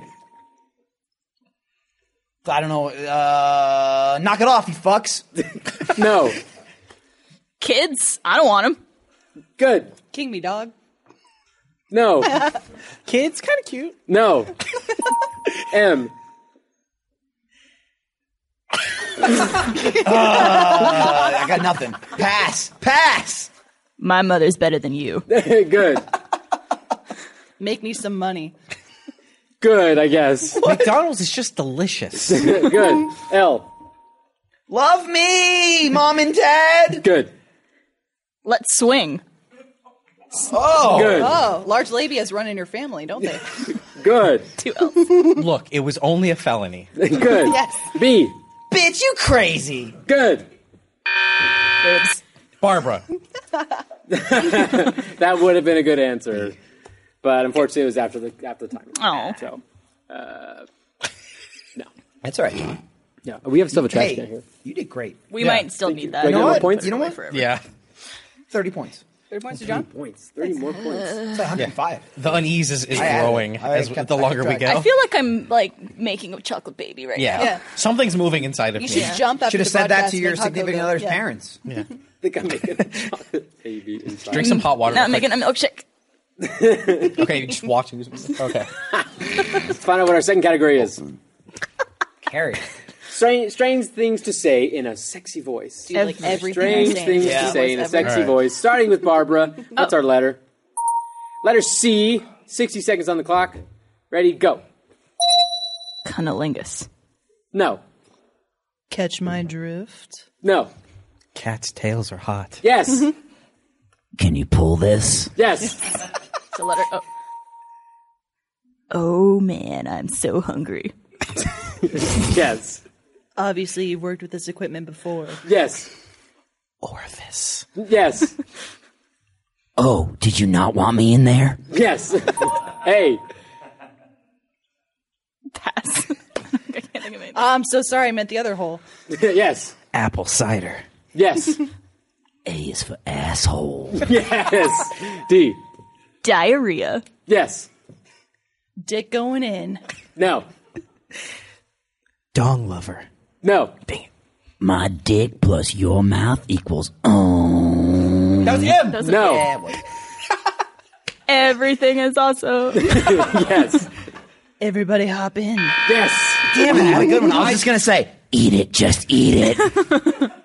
Speaker 2: I don't know. Uh, knock it off, you fucks.
Speaker 1: No.
Speaker 5: Kids, I don't want them.
Speaker 1: Good.
Speaker 3: King me, dog.
Speaker 1: No.
Speaker 4: Kids, kind of cute.
Speaker 1: No. M.
Speaker 2: I got nothing. Pass. Pass.
Speaker 5: My mother's better than you.
Speaker 1: good.
Speaker 3: Make me some money.
Speaker 1: Good, I guess.
Speaker 4: McDonald's is just delicious.
Speaker 1: Good. L.
Speaker 2: Love me, mom and dad.
Speaker 1: Good.
Speaker 5: Let's swing.
Speaker 1: Good.
Speaker 3: Oh, large labias run in your family, don't they?
Speaker 1: Good.
Speaker 5: Two L's.
Speaker 4: Look, it was only a felony.
Speaker 1: Good.
Speaker 3: Yes.
Speaker 1: B.
Speaker 2: Bitch, you crazy.
Speaker 1: Good.
Speaker 5: Boobs.
Speaker 4: Barbara.
Speaker 1: That would have been a good answer, but unfortunately, it was after the after the time.
Speaker 5: Oh.
Speaker 1: So, uh, no.
Speaker 2: That's all right. John.
Speaker 1: Yeah, we have still have a trash
Speaker 2: Hey,
Speaker 1: can here.
Speaker 2: you did great.
Speaker 5: We
Speaker 4: Yeah.
Speaker 5: might still need that.
Speaker 1: Do I get
Speaker 2: You know
Speaker 1: more
Speaker 2: what?
Speaker 1: points?
Speaker 2: You know what?
Speaker 5: Forever.
Speaker 4: Yeah.
Speaker 2: Thirty points.
Speaker 3: Three points to John.
Speaker 1: Points. Thirty more points.
Speaker 2: It's like 105.
Speaker 4: The unease is, is
Speaker 2: added it.
Speaker 4: growing
Speaker 2: I
Speaker 4: as
Speaker 2: kept-
Speaker 4: the
Speaker 2: I
Speaker 4: longer
Speaker 2: kept
Speaker 4: we
Speaker 2: track.
Speaker 4: go.
Speaker 5: I feel like I'm like making a chocolate baby right
Speaker 4: yeah.
Speaker 3: Yeah.
Speaker 4: Something's moving inside of
Speaker 3: You
Speaker 4: me.
Speaker 3: should jump after
Speaker 2: Should have
Speaker 3: the
Speaker 2: said that
Speaker 3: broadcast
Speaker 2: to
Speaker 3: and
Speaker 2: your
Speaker 3: make hot
Speaker 2: significant
Speaker 3: cocoa.
Speaker 2: other's
Speaker 3: Yeah.
Speaker 2: parents.
Speaker 1: I think I'm making a chocolate baby inside.
Speaker 4: Drink some hot water.
Speaker 5: now. Not
Speaker 4: real
Speaker 5: making a milkshake.
Speaker 4: quick. Okay, just watch. it. Okay.
Speaker 1: Let's find out what our second category is.
Speaker 2: Harry.
Speaker 1: Strange, strange things to say in a sexy voice.
Speaker 3: Dude, like everything I
Speaker 1: Strange
Speaker 3: say.
Speaker 1: things to
Speaker 2: Yeah.
Speaker 1: say in a
Speaker 3: Voice
Speaker 1: sexy
Speaker 4: everywhere.
Speaker 1: voice. Starting with Barbara. What's our letter? Letter C. Sixty seconds on the clock. Ready? Go.
Speaker 5: Cunnilingus.
Speaker 1: No.
Speaker 3: Catch my drift.
Speaker 1: No.
Speaker 4: Cat's tails are hot.
Speaker 1: Yes.
Speaker 2: Can you pull this?
Speaker 1: yes.
Speaker 5: It's a letter. Oh. oh man, I'm so hungry.
Speaker 1: Yes.
Speaker 3: Obviously, you've worked with this equipment before.
Speaker 1: Yes.
Speaker 4: Orifice.
Speaker 1: Yes.
Speaker 2: Oh, did you not want me in there?
Speaker 1: Yes. hey.
Speaker 5: Pass. I can't think of anything.
Speaker 3: I'm so sorry. I meant the other hole.
Speaker 1: Yes.
Speaker 4: Apple cider.
Speaker 1: Yes.
Speaker 2: A is for asshole.
Speaker 1: Yes. D.
Speaker 5: Diarrhea.
Speaker 1: Yes.
Speaker 3: Dick going in.
Speaker 1: No.
Speaker 4: Dong lover.
Speaker 1: No.
Speaker 2: My dick plus your mouth equals um. That was him.
Speaker 5: Those are-
Speaker 1: No.
Speaker 5: Everything is also.
Speaker 1: Yes.
Speaker 3: Everybody hop in.
Speaker 1: Yes.
Speaker 2: Damn it, I had a good one. I was just gonna say, eat it, just eat it.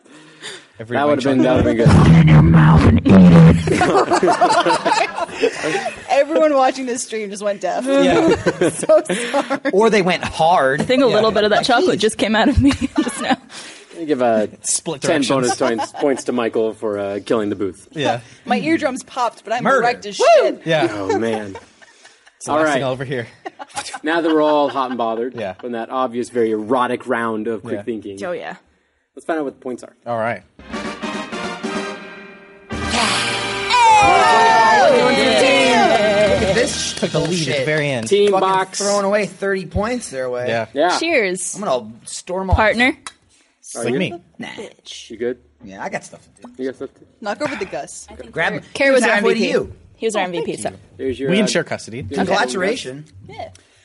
Speaker 1: That would
Speaker 4: Everybody
Speaker 1: have been that would have been good.
Speaker 3: Everyone watching this stream just went deaf.
Speaker 2: or they went
Speaker 5: I
Speaker 2: hard.
Speaker 5: think a little bit of that chocolate just came out of me just now.
Speaker 1: I give a
Speaker 4: split
Speaker 1: ten
Speaker 4: directions.
Speaker 1: bonus points points to Michael for uh, killing the booth.
Speaker 4: Yeah.
Speaker 3: My eardrums popped, but I'm
Speaker 4: Murder.
Speaker 3: erect as shit.
Speaker 4: Yeah.
Speaker 1: Oh man.
Speaker 4: All
Speaker 1: All
Speaker 4: right.
Speaker 1: right.
Speaker 4: over here.
Speaker 1: Now that we're all hot and bothered
Speaker 4: Yeah.
Speaker 1: from that obvious, very erotic round of quick
Speaker 4: Yeah.
Speaker 1: thinking,
Speaker 5: Oh yeah.
Speaker 1: let's find out what the points are.
Speaker 4: All right.
Speaker 2: This took the
Speaker 4: Lead at the very end.
Speaker 1: Team
Speaker 2: Fucking
Speaker 1: box.
Speaker 2: throwing away thirty points their way.
Speaker 4: Yeah.
Speaker 5: Oh,
Speaker 1: Yeah.
Speaker 5: Cheers,
Speaker 2: I'm gonna storm off.
Speaker 5: partner.
Speaker 4: It's like
Speaker 1: you-
Speaker 4: me.
Speaker 2: Nah.
Speaker 1: You good?
Speaker 2: Yeah, I got stuff to do.
Speaker 1: You got stuff? To-
Speaker 3: Knock over the Gus.
Speaker 2: Grab.
Speaker 5: Kerr was our
Speaker 2: halfway to
Speaker 5: MVP.
Speaker 2: you.
Speaker 5: He was our MVP. So
Speaker 1: There's your.
Speaker 4: We
Speaker 1: uh,
Speaker 4: ensure custody.
Speaker 1: there's your-
Speaker 2: Collateration.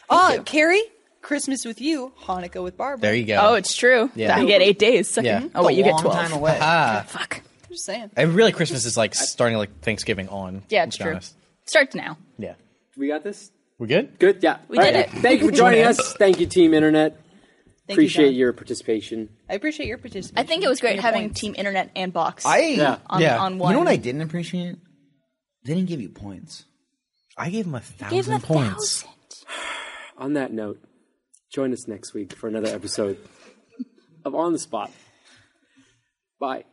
Speaker 3: Oh, Carrie, Christmas with you, Hanukkah with Barbara.
Speaker 4: There you go.
Speaker 5: Oh, it's true.
Speaker 4: Yeah.
Speaker 5: I get eight days. Suck it.
Speaker 4: Yeah.
Speaker 5: Oh, wait,
Speaker 2: A
Speaker 5: you get
Speaker 2: long
Speaker 5: twelve.
Speaker 2: Time away.
Speaker 5: Fuck.
Speaker 3: I'm just saying.
Speaker 4: And really, Christmas is like starting like Thanksgiving on.
Speaker 5: Yeah,
Speaker 4: let's
Speaker 5: it's
Speaker 4: be
Speaker 5: true.
Speaker 4: honest.
Speaker 5: Starts now.
Speaker 4: Yeah.
Speaker 1: We got this.
Speaker 4: We good?
Speaker 1: Good. Yeah. We
Speaker 5: did it.
Speaker 1: Thank you for joining us. Thank you, Team Internet.
Speaker 3: Thank
Speaker 1: Appreciate
Speaker 3: you, John.
Speaker 1: your participation.
Speaker 3: I appreciate your participation.
Speaker 5: I think it was great
Speaker 3: Your
Speaker 5: having
Speaker 3: points.
Speaker 5: Team Internet and Box
Speaker 2: I.
Speaker 1: Yeah.
Speaker 5: on,
Speaker 4: Yeah.
Speaker 5: on
Speaker 4: You
Speaker 5: one.
Speaker 2: You know what I didn't appreciate? They didn't give you points.
Speaker 4: I gave him a thousand
Speaker 5: Gave him a
Speaker 4: points.
Speaker 5: thousand.
Speaker 1: On that note, join us next week for another episode of On the Spot. Bye.